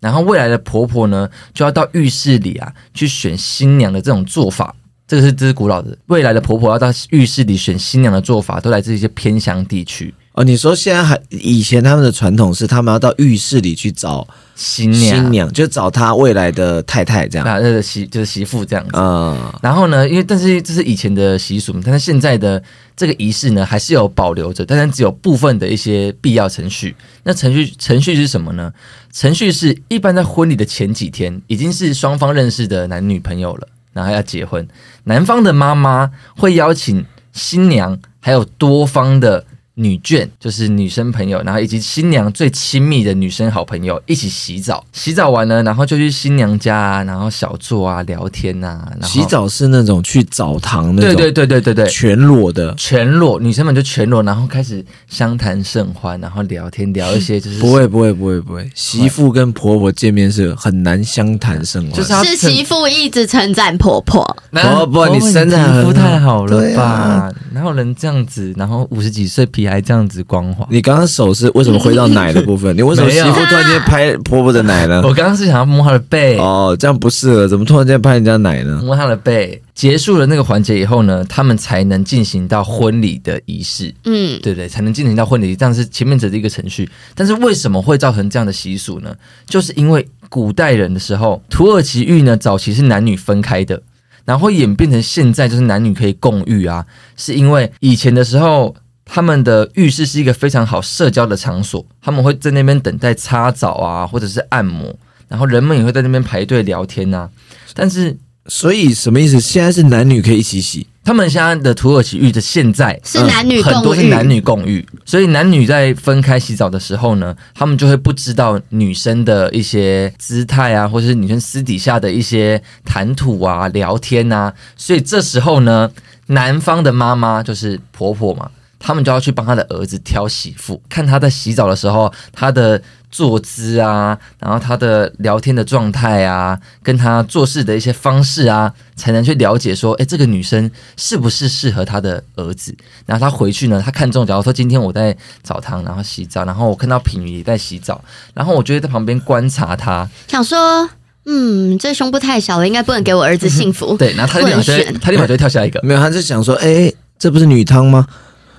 Speaker 3: 然后未来的婆婆呢就要到浴室里啊去选新娘的这种做法，这个是这是古老的，未来的婆婆要到浴室里选新娘的做法，都来自一些偏乡地区。
Speaker 1: 哦，你说现在还以前他们的传统是他们要到浴室里去找
Speaker 3: 新娘，啊
Speaker 1: 新娘，就找他未来的太太这样。
Speaker 3: 那那个媳就是媳妇这样子。
Speaker 1: 嗯，
Speaker 3: 然后呢，因为但是这是以前的习俗，但是现在的这个仪式呢，还是有保留着，但是只有部分的一些必要程序。那程序程序是什么呢？程序是一般在婚礼的前几天，已经是双方认识的男女朋友了，然后要结婚，男方的妈妈会邀请新娘，还有多方的。女眷就是女生朋友，然后以及新娘最亲密的女生好朋友一起洗澡，洗澡完呢，然后就去新娘家啊，然后小坐啊，聊天啊，然后
Speaker 1: 洗澡是那种去澡堂那
Speaker 3: 对
Speaker 1: 种，
Speaker 3: 对对对对对，
Speaker 1: 全裸的，
Speaker 3: 全裸，女生们就全裸，然后开始相谈甚欢，然后聊天聊一些就是
Speaker 1: 不，会不会不会不会，媳妇跟婆婆见面是很难相谈甚欢，
Speaker 3: 就是要
Speaker 2: 是媳妇一直称赞婆婆，
Speaker 1: 不不你身材
Speaker 3: 皮肤
Speaker 1: 很
Speaker 3: 太好
Speaker 1: 对
Speaker 3: 了吧？
Speaker 1: 啊
Speaker 3: 哪有人这样子？然后五十几岁皮还这样子光滑？
Speaker 1: 你刚刚手是为什么挥到奶的部分？你为什么
Speaker 3: <laughs> 没
Speaker 1: 媳
Speaker 3: 有
Speaker 1: 妇突然间拍婆婆的奶呢？
Speaker 3: 我刚刚是想要摸她的背，
Speaker 1: 啊哦，这样不适合，怎么突然间拍人家奶呢？
Speaker 3: 摸她的背。结束了那个环节以后呢，他们才能进行到婚礼的仪式。
Speaker 2: 嗯，
Speaker 3: 对对，才能进行到婚礼，这样是前面只是一个程序。但是为什么会造成这样的习俗呢？就是因为古代人的时候，土耳其浴呢早期是男女分开的，然后演变成现在就是男女可以共浴啊，是因为以前的时候。他们的浴室是一个非常好社交的场所，他们会在那边等待擦澡啊，或者是按摩，然后人们也会在那边排队聊天啊。但是
Speaker 1: 所以什么意思？现在是男女可以一起洗，
Speaker 3: 他们现在的土耳其浴的现在呃
Speaker 2: 是男女
Speaker 3: 很
Speaker 2: 共
Speaker 3: 多是
Speaker 2: 浴，
Speaker 3: 男女共浴，所以男女在分开洗澡的时候呢，他们就会不知道女生的一些姿态啊，或是女生私底下的一些谈吐啊、聊天啊，所以这时候呢，男方的妈妈就是婆婆嘛，他们就要去帮他的儿子挑媳妇，看他在洗澡的时候他的坐姿啊，然后他的聊天的状态啊，跟他做事的一些方式啊，才能去了解说，哎，这个女生是不是适合他的儿子？然后他回去呢，他看中，假如说今天我在澡堂，然后洗澡，然后我看到品瑜也在洗澡，然后我就会在旁边观察他，
Speaker 2: 想说，嗯，这胸部太小了，应该不能给我儿子幸 <laughs> 福。
Speaker 3: 对，然后他立马就
Speaker 2: 不
Speaker 3: 会
Speaker 2: 能选
Speaker 3: 他立马就会跳下一个。
Speaker 1: 没有，他就想说，哎、这不是女汤吗？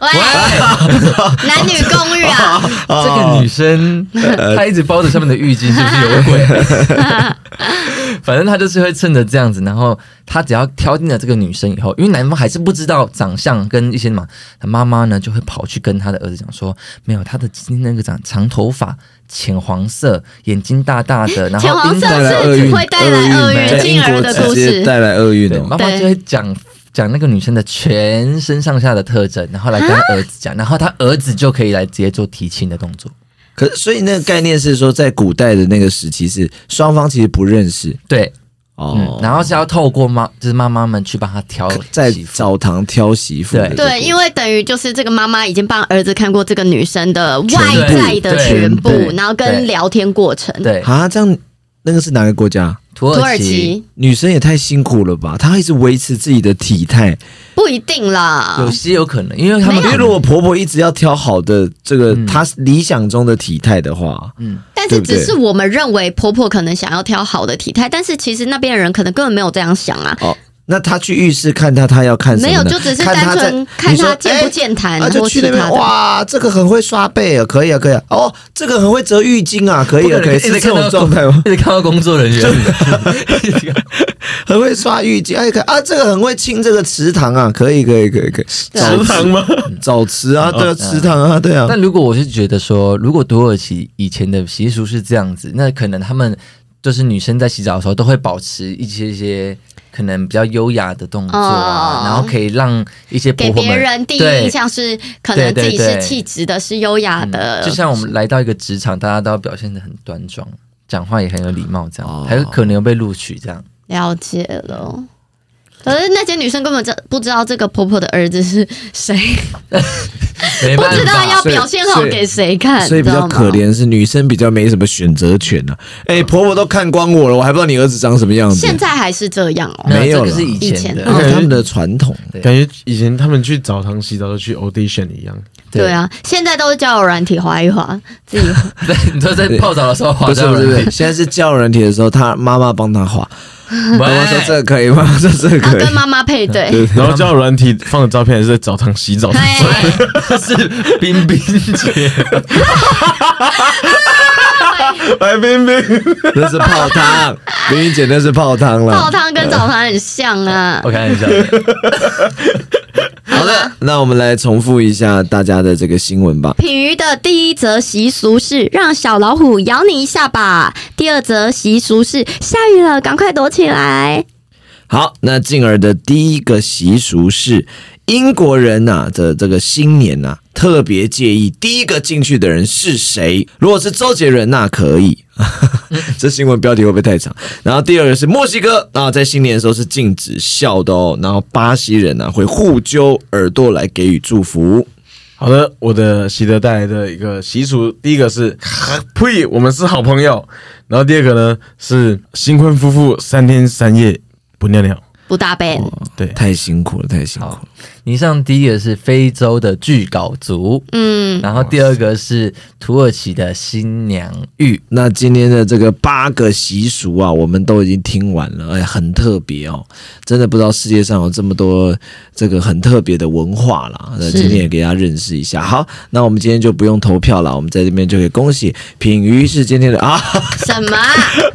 Speaker 2: 喂， <laughs> 男女共浴啊，
Speaker 3: 这个女生，
Speaker 2: 呃
Speaker 3: 她一直包着上面的浴巾，是不是有鬼？
Speaker 2: <laughs>
Speaker 3: 反正她就是会趁着这样子，然后她只要挑定了这个女生以后，因为男方还是不知道长相跟一些嘛，她妈妈呢就会跑去跟她的儿子讲说，没有，她的今天那个长长头发，浅黄色，眼睛大大
Speaker 2: <laughs>
Speaker 3: 的，然后
Speaker 2: 浅黄色
Speaker 1: 带
Speaker 3: 英
Speaker 1: 来
Speaker 2: 是
Speaker 1: 厄运，
Speaker 2: 会带来厄
Speaker 1: 厄
Speaker 2: 运
Speaker 1: 在英
Speaker 2: 进而
Speaker 1: 国
Speaker 2: 的故
Speaker 1: 直接
Speaker 2: 事
Speaker 1: 带来厄运
Speaker 3: 对，
Speaker 1: 哦。
Speaker 3: 妈妈就会讲讲那个女生的全身上下的特征，然后来跟她儿子讲，然后她儿子就可以来直接做提亲的动作。
Speaker 1: 可所以那个概念是说，在古代的那个时期是双方其实不认识
Speaker 3: 对，嗯
Speaker 1: 哦，，
Speaker 3: 然后是要透过妈，就是妈妈们去帮他挑
Speaker 1: 在
Speaker 3: 媳妇。
Speaker 1: 澡堂挑媳妇的这
Speaker 3: 对
Speaker 1: 个过
Speaker 2: 对，
Speaker 1: 程。
Speaker 2: 因为等于就是这个妈妈已经帮儿子看过这个女生的外在的
Speaker 3: 对
Speaker 2: 全
Speaker 1: 对
Speaker 2: 部，然后跟
Speaker 3: 对
Speaker 2: 聊天过程。
Speaker 3: 对，
Speaker 1: 啊，这样那个是哪个国家？
Speaker 3: 土
Speaker 2: 土
Speaker 3: 耳
Speaker 2: 耳其
Speaker 1: 女生也太辛苦了吧！她一直维持自己的体态，
Speaker 2: 不一定啦
Speaker 3: 有，些哦有可能，因为他们
Speaker 1: 因为如果婆婆一直要挑好的这个
Speaker 3: 嗯
Speaker 1: 她理想中的体态的话，
Speaker 2: 但是
Speaker 1: 对不对
Speaker 2: 只是我们认为婆婆可能想要挑好的体态，但是其实那边的人可能根本没有这样想啊，
Speaker 1: 哦，那她去浴室看她，她要看什么
Speaker 2: 没
Speaker 1: 呢？
Speaker 2: 有，就只是
Speaker 1: 看
Speaker 2: 单
Speaker 1: 她在
Speaker 2: 纯看
Speaker 1: 你说
Speaker 2: 她健不健
Speaker 1: 哎
Speaker 2: 谈
Speaker 1: 啊，就
Speaker 2: 或
Speaker 1: 去
Speaker 2: 其
Speaker 1: 那
Speaker 2: 他
Speaker 1: 边
Speaker 2: 的。
Speaker 1: 哇，这个很会刷背啊，可以啊，可以啊，哦，这个很会折浴巾啊，可以啊，
Speaker 3: 不
Speaker 1: 可以，
Speaker 3: 一直
Speaker 1: 是这
Speaker 3: 看
Speaker 1: 种
Speaker 3: 到
Speaker 1: 状态吗？
Speaker 3: 一直看到工作人员， <laughs>
Speaker 1: 很会刷浴巾，哎，可以啊，这个很会清这个池塘啊，可以，可以，可以，可以，
Speaker 2: 对啊
Speaker 1: 澡
Speaker 4: 堂吗？ <laughs>
Speaker 1: 澡池啊，对啊，池塘啊，对啊，
Speaker 3: 但如果我是觉得说，如果土耳其以前的习俗是这样子，那可能他们就是女生在洗澡的时候都会保持一些一些可能比较优雅的动作
Speaker 2: 哦
Speaker 3: 啊，然后可以让一些婆
Speaker 2: 给
Speaker 3: 婆
Speaker 2: 别
Speaker 3: 们
Speaker 2: 人第一
Speaker 3: 对
Speaker 2: 印象是可能自己
Speaker 3: 对对
Speaker 2: 是
Speaker 3: 对嗯
Speaker 2: 气质的，是优雅的，
Speaker 3: 就像我们来到一个职场，大家都要表现的很端庄，讲话也很有礼貌，这样、
Speaker 1: 哦
Speaker 3: 还有可能有被录取这样。
Speaker 2: 了解了。可是那些女生根本就不知道这个婆婆的儿子是谁，
Speaker 3: 没
Speaker 2: 不
Speaker 3: 办法
Speaker 2: 知道要
Speaker 1: 所以
Speaker 2: 表现好
Speaker 1: 所以
Speaker 2: 给谁看，
Speaker 1: 所以比较
Speaker 2: 你知道吗
Speaker 1: 可。怜是女生比较没什么选择权啊。哎、婆婆都看光我了，我还不知道你儿子长什么样子。
Speaker 2: 现在还是这样哦、
Speaker 1: 没有
Speaker 3: 这
Speaker 1: 了
Speaker 3: 个是以
Speaker 2: 以
Speaker 3: 前
Speaker 2: 前
Speaker 3: 的
Speaker 1: 那
Speaker 2: 哦
Speaker 1: 是他们的传统，
Speaker 3: 对
Speaker 4: 感觉以前他们去澡堂洗澡都去 audition 一样，
Speaker 2: 对啊，现在都是交友软体滑一滑，自己滑
Speaker 3: 对，你说在泡澡的时候滑
Speaker 1: 不是
Speaker 3: 到
Speaker 1: 不是不
Speaker 3: 人
Speaker 1: 是，现在是叫人体的时候，他妈妈帮他画。
Speaker 3: 体，
Speaker 1: 妈妈说这个可以吗？说这个
Speaker 2: 哎啊，
Speaker 1: 可以
Speaker 2: 跟。妈妈配对。
Speaker 1: 对
Speaker 4: 然后交友软体放的照片还是在澡堂洗澡的时候，
Speaker 2: 哎，
Speaker 3: 这 <laughs> 是冰
Speaker 1: <laughs>
Speaker 3: 冰姐，
Speaker 4: 白冰冰，
Speaker 1: 那是泡
Speaker 2: <laughs>
Speaker 1: 汤，林云姐那是泡汤了。
Speaker 2: 泡汤跟澡堂很像啊
Speaker 3: 我。看一下，
Speaker 1: 好的，那我们来重复一下大家的这个新闻吧。
Speaker 2: 品鱼的第一则习俗是让小老虎咬你一下吧。第二则习俗是下雨了，赶快躲起来。
Speaker 1: 好，那进而的第一个习俗是英国人呐、的这个新年呐、特别介意第一个进去的人是谁。如果是周杰伦，那可以。 <laughs> 这新闻标题会不会太长？然后第二个是墨西哥啊，在新年的时候是禁止笑的哦。然后巴西人呢、会互揪耳朵来给予祝福。
Speaker 4: 好的，我的习得带来的一个习俗，第一个是呸，我们是好朋友。然后第二个呢是新婚夫妇三天三夜不尿尿，
Speaker 2: 不搭配，
Speaker 1: 哦
Speaker 4: 对，
Speaker 1: 太辛苦了，太辛苦了。
Speaker 3: 你上第一个是非洲的巨镐族，
Speaker 2: 嗯，
Speaker 3: 然后第二个是土耳其的新娘浴，
Speaker 1: 那今天的这个八个习俗啊，我们都已经听完了，哎，很特别哦，真的不知道世界上有这么多这个很特别的文化啦。那
Speaker 2: 是
Speaker 1: 今天也给大家认识一下。好，那我们今天就不用投票了，我们在这边就可以恭喜品瑜是今天的 <laughs> 啊
Speaker 2: 什么啊？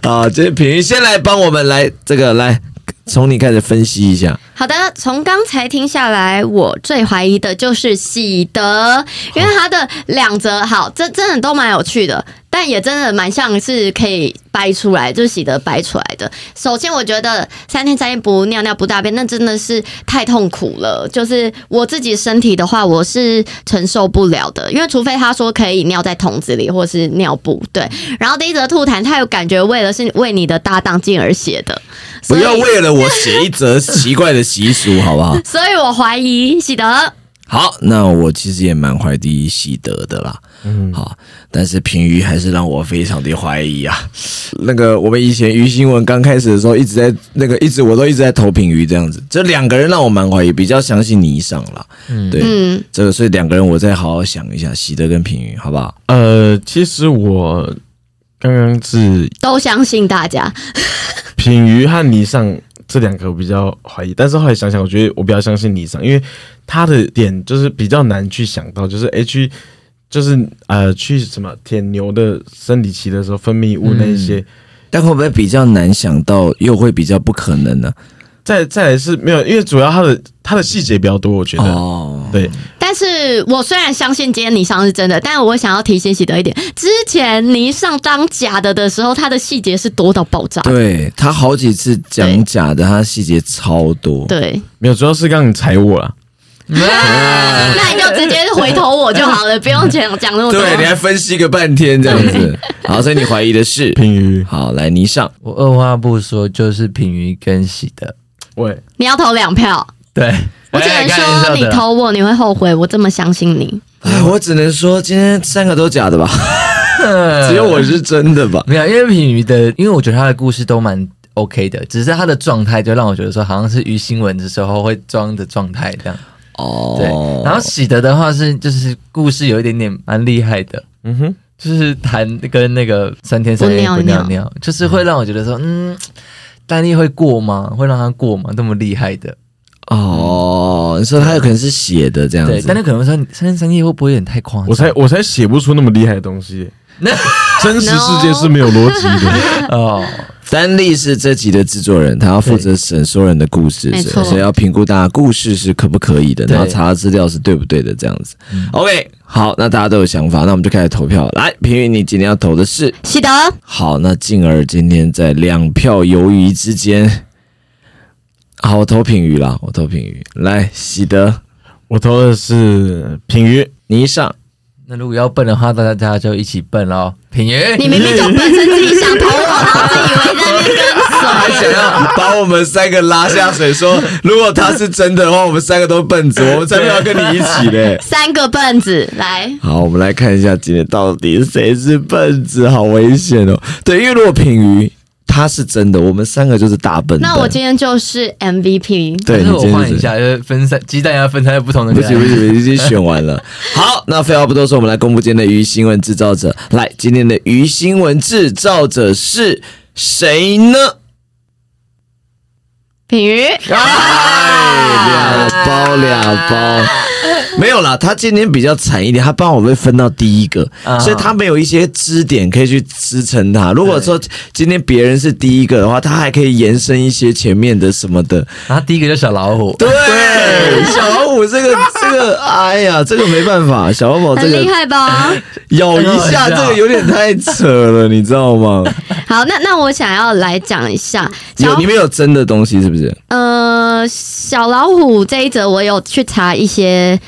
Speaker 1: 啊，这品瑜先来帮我们来这个来从你开始分析一下，
Speaker 2: 好的，从刚才听下来，我最怀疑的就是喜德，因为他的两则好，这真的都蛮有趣的，但也真的蛮像是可以掰出来，就是喜德掰出来的。首先，我觉得三天三夜不尿尿不大便，那真的是太痛苦了。就是我自己身体的话，我是承受不了的，因为除非他说可以尿在桶子里或是尿布，对。然后第一则吐痰，他有感觉为了是为你的搭档进而写的，
Speaker 1: 不
Speaker 2: 所以
Speaker 1: 要为了我写一则奇怪的习俗，好不好？
Speaker 2: 所以我怀疑喜德。
Speaker 1: 好，那我其实也蛮怀疑喜德的啦。嗯，好，但是平鱼还是让我非常的怀疑啊。那个我们以前鱼新闻刚开始的时候，一直在那个一直我都一直在投平鱼这样子，这两个人让我蛮怀疑，比较相信倪尚啦。嗯，对，
Speaker 2: 嗯，
Speaker 1: 这个所以两个人我再好好想一下，喜德跟平鱼好不好？
Speaker 4: 呃，其实我刚刚是
Speaker 2: 都相信大家。
Speaker 4: 品鱼和霓裳这两个我比较怀疑，但是后来想想，我觉得我比较相信霓裳，因为他的点就是比较难去想到，就是诶去就是呃去什么舔牛的生理期的时候分泌物那一些，
Speaker 1: 但会不会比较难想到，又会比较不可能呢？
Speaker 4: 再再来是没有，因为主要他的他的细节比较多，我觉得、
Speaker 1: 哦，
Speaker 4: 对，
Speaker 2: 但是我虽然相信今天霓裳是真的，但我想要提醒喜德一点，之前霓裳当假的的时候，它的细节是多到爆炸。
Speaker 1: 对他好几次讲
Speaker 2: 对
Speaker 1: 假的，他细节超多。
Speaker 2: 对，
Speaker 4: 没有，主要是刚刚你踩我啦，
Speaker 2: 那你就直接回头我就好了，不用讲讲那么多。
Speaker 1: <laughs> 对，你还分析个半天这样子。 <laughs> 好，所以你怀疑的是
Speaker 4: 品鱼，
Speaker 1: 好，来倪尚，
Speaker 3: 我二话不说就是品鱼跟喜德，
Speaker 4: 喂，
Speaker 2: 你要投两票，
Speaker 3: 对，
Speaker 2: 我只能
Speaker 3: 哎开玩笑
Speaker 2: 说
Speaker 3: 的
Speaker 2: 你
Speaker 3: <laughs> 啦
Speaker 2: 投我，你会后悔。我这么相信你，
Speaker 1: 哎，我只能说今天三个都假的吧， <laughs> 只有我是真的吧。
Speaker 3: 没有，因为品鱼的，因为我觉得他的故事都蛮 OK 的，只是他的状态就让我觉得说，好像是于新闻的时候会装的状态这样。对，
Speaker 1: 哦，
Speaker 3: 然后喜德的话是就是故事有一点点蛮厉害的，
Speaker 4: 嗯哼，
Speaker 3: 就是谈跟那个三天三夜
Speaker 2: 不尿
Speaker 3: 不尿尿，就是会让我觉得说，嗯，丹妮会过吗？会让他过吗？这么厉害的，
Speaker 1: 哦，你说他有可能是写的这样
Speaker 3: 对，
Speaker 1: 子
Speaker 3: 丹，妮可能会说你三天三夜会不会有点太夸张？
Speaker 4: 我才我才写不出那么厉害的东西，真实世界是没有逻辑的，
Speaker 3: 哦，
Speaker 1: 丹丽是这集的制作人，他要负责审所有人的故事，
Speaker 2: 没
Speaker 1: 所
Speaker 2: 错
Speaker 1: 以所以要评估大家故事是可不可以的，
Speaker 3: 对
Speaker 1: 然后查资料是对不对的这样子。OK，好，那大家都有想法，那我们就开始投票。来，平云，你今天要投的是
Speaker 2: 喜德
Speaker 1: 好，那进而今天在两票犹豫之间，好，我投品鱼啦，我投品鱼。来，喜德，
Speaker 4: 我投的是品鱼，
Speaker 1: 你一上，
Speaker 3: 那如果要笨的话，大家大家就一起笨喽。品鱼，
Speaker 2: 你明明就本身自己想投我，然后自以为在那边跟随。
Speaker 1: 他想要把我们三个拉下水，说如果他是真的的话，我们三个都笨子，我们才没有要跟你一起嘞。
Speaker 2: 三个笨子来，
Speaker 1: 好，我们来看一下今天到底谁是笨子，好危险哦。对，因为如果品鱼。他是真的，我们三个就是大笨蛋。
Speaker 2: 那我今天就是 MVP。
Speaker 1: 对，
Speaker 3: 但
Speaker 1: 你
Speaker 3: 是我
Speaker 1: 今天
Speaker 3: 换
Speaker 1: 就
Speaker 3: 一
Speaker 1: 是
Speaker 3: 下，就是分散鸡蛋要分散在不同的
Speaker 1: <laughs> 不
Speaker 3: 人。
Speaker 1: 行不行，不行已经选完了。好，那废话不多说，我们来公布今天的鱼新闻制造者。来，今天的鱼新闻制造者是谁呢？
Speaker 2: 品瑜，
Speaker 1: 哦哎，两包两包，没有啦。他今天比较惨一点，他帮我被分到第一个，
Speaker 3: 啊
Speaker 1: 所以他没有一些支点可以去支撑他。如果说今天别人是第一个的话，他还可以延伸一些前面的什么的。
Speaker 3: 然后第一个就是小老虎，
Speaker 1: 对，小老虎这个这个，哎呀，这个没办法，小老虎这
Speaker 2: 很厉
Speaker 1: 个
Speaker 2: 害吧？
Speaker 1: 咬一下，
Speaker 3: 很好笑
Speaker 1: 这个有点太扯了，你知道吗？
Speaker 2: 好，那那我想要来讲一下，
Speaker 1: 有
Speaker 2: 小
Speaker 1: 你们有真的东西是不是？
Speaker 2: 呃小老虎这一则，我有去查一些。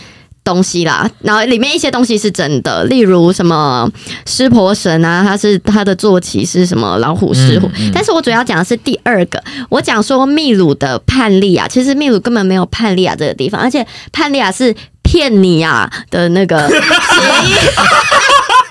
Speaker 2: 东西啦，然后里面一些东西是真的，例如什么湿婆神啊，它是它的坐骑是什么老虎、
Speaker 1: 嗯
Speaker 2: 狮虎、但是我主要讲的是第二个，我讲说秘鲁的判例啊，其实秘鲁根本没有判例啊这个地方，而且判例啊是骗你啊的那
Speaker 1: <laughs>
Speaker 2: 个谐音。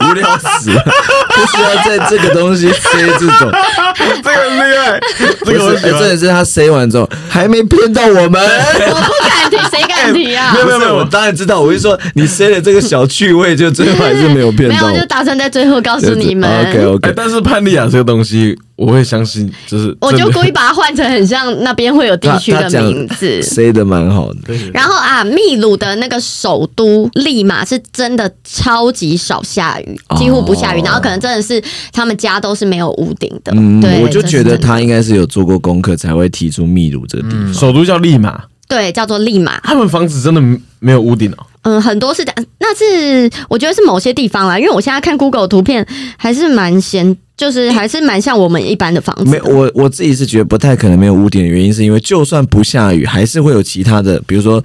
Speaker 1: 无聊死了， <laughs> 不需要在这个东西塞这种。
Speaker 4: 这个很厉害，
Speaker 1: 不
Speaker 4: <laughs> 这
Speaker 1: 是，
Speaker 4: 个我喜
Speaker 1: 哎真
Speaker 4: 欢。
Speaker 1: 的是他塞完之后还没骗到我们。
Speaker 2: <laughs> 我不敢提，谁敢
Speaker 1: <laughs>
Speaker 2: 提啊？
Speaker 1: 没有没有没有，我当然知道，我是说你塞的这个小趣味，就最后还是没有骗
Speaker 2: 没有，
Speaker 1: 到
Speaker 2: 我
Speaker 1: 我
Speaker 2: 就。打算在最后告诉
Speaker 1: <laughs>
Speaker 2: 你们。
Speaker 1: OK
Speaker 4: 哎
Speaker 1: OK，
Speaker 4: 但是潘丽亚这个东西，我会相信，就是
Speaker 2: 我就
Speaker 4: 真的
Speaker 2: 故意把它换成很像那边会有地区
Speaker 1: 他
Speaker 2: 的
Speaker 1: 他讲
Speaker 2: 名字。
Speaker 1: <laughs> 塞的蛮好的。
Speaker 2: 然后啊，秘鲁的那个首都利马是真的超级少下雨，几乎不下雨。
Speaker 1: 哦
Speaker 2: 然后可能真的是他们家都是没有屋顶的。
Speaker 1: 嗯
Speaker 2: 对，，
Speaker 1: 我就
Speaker 2: 这是
Speaker 1: 觉得
Speaker 2: 真的
Speaker 1: 他应该是有做过功课才会提出秘鲁这个地方。
Speaker 4: <laughs> 首都叫利马，
Speaker 2: 对叫做利马，
Speaker 4: 他们房子真的没有屋顶哦。
Speaker 2: 嗯，很多是这样。那是我觉得是某些地方啦，因为我现在看 Google 图片还是蛮先，就是还是蛮像我们一般的房子的。
Speaker 1: 没，我我自己是觉得不太可能没有污点的原因，是因为就算不下雨，还是会有其他的，比如说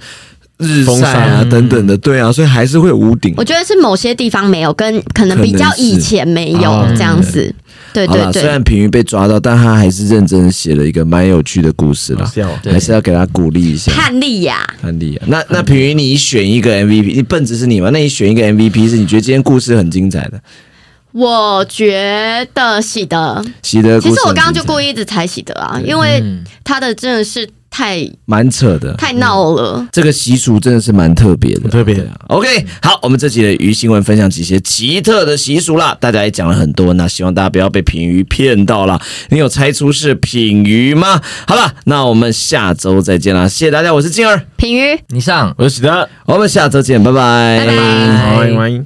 Speaker 1: 日
Speaker 4: 风
Speaker 1: 晒啊
Speaker 3: 嗯
Speaker 1: 等等的，对啊，所以还是会有屋顶
Speaker 2: 我。觉得是某些地方没有，跟可能比较以前没
Speaker 1: 可
Speaker 2: 有
Speaker 1: 能是
Speaker 2: 这样子。对
Speaker 1: 好
Speaker 2: 对
Speaker 1: 啦，虽
Speaker 2: 对
Speaker 1: 然，平鱼被抓到，但他还是认真写了一个蛮有趣的故事啦，
Speaker 4: 是哦
Speaker 3: 对
Speaker 1: 还是要给他鼓励一下。
Speaker 2: 叛逆呀，
Speaker 1: 安迪啊，那那平鱼，你选一个 MVP，你笨子是你嘛？那你选一个 MVP 是你觉得今天故事很精彩的，
Speaker 2: 我觉得喜德。
Speaker 1: 喜德的故
Speaker 2: 其
Speaker 1: 事很精彩。嗯
Speaker 2: 实我刚刚就故意一直踩喜德啊，因为他的真的是太
Speaker 1: 蛮扯的，
Speaker 2: 太闹了。
Speaker 1: 这个习俗真的是蛮特别的啊
Speaker 4: 很。特别，
Speaker 1: OK，好，我们这集的鱼新闻分享几些奇特的习俗啦，大家也讲了很多，那希望大家不要被品鱼骗到啦。你有猜出是品鱼吗？好了，那我们下周再见啦，谢谢大家，我是静儿，
Speaker 2: 品瑜，
Speaker 3: 你上，
Speaker 2: 哎
Speaker 4: 我是喜德，
Speaker 1: 我们下周见，拜拜
Speaker 2: 拜拜
Speaker 4: 欢迎欢迎。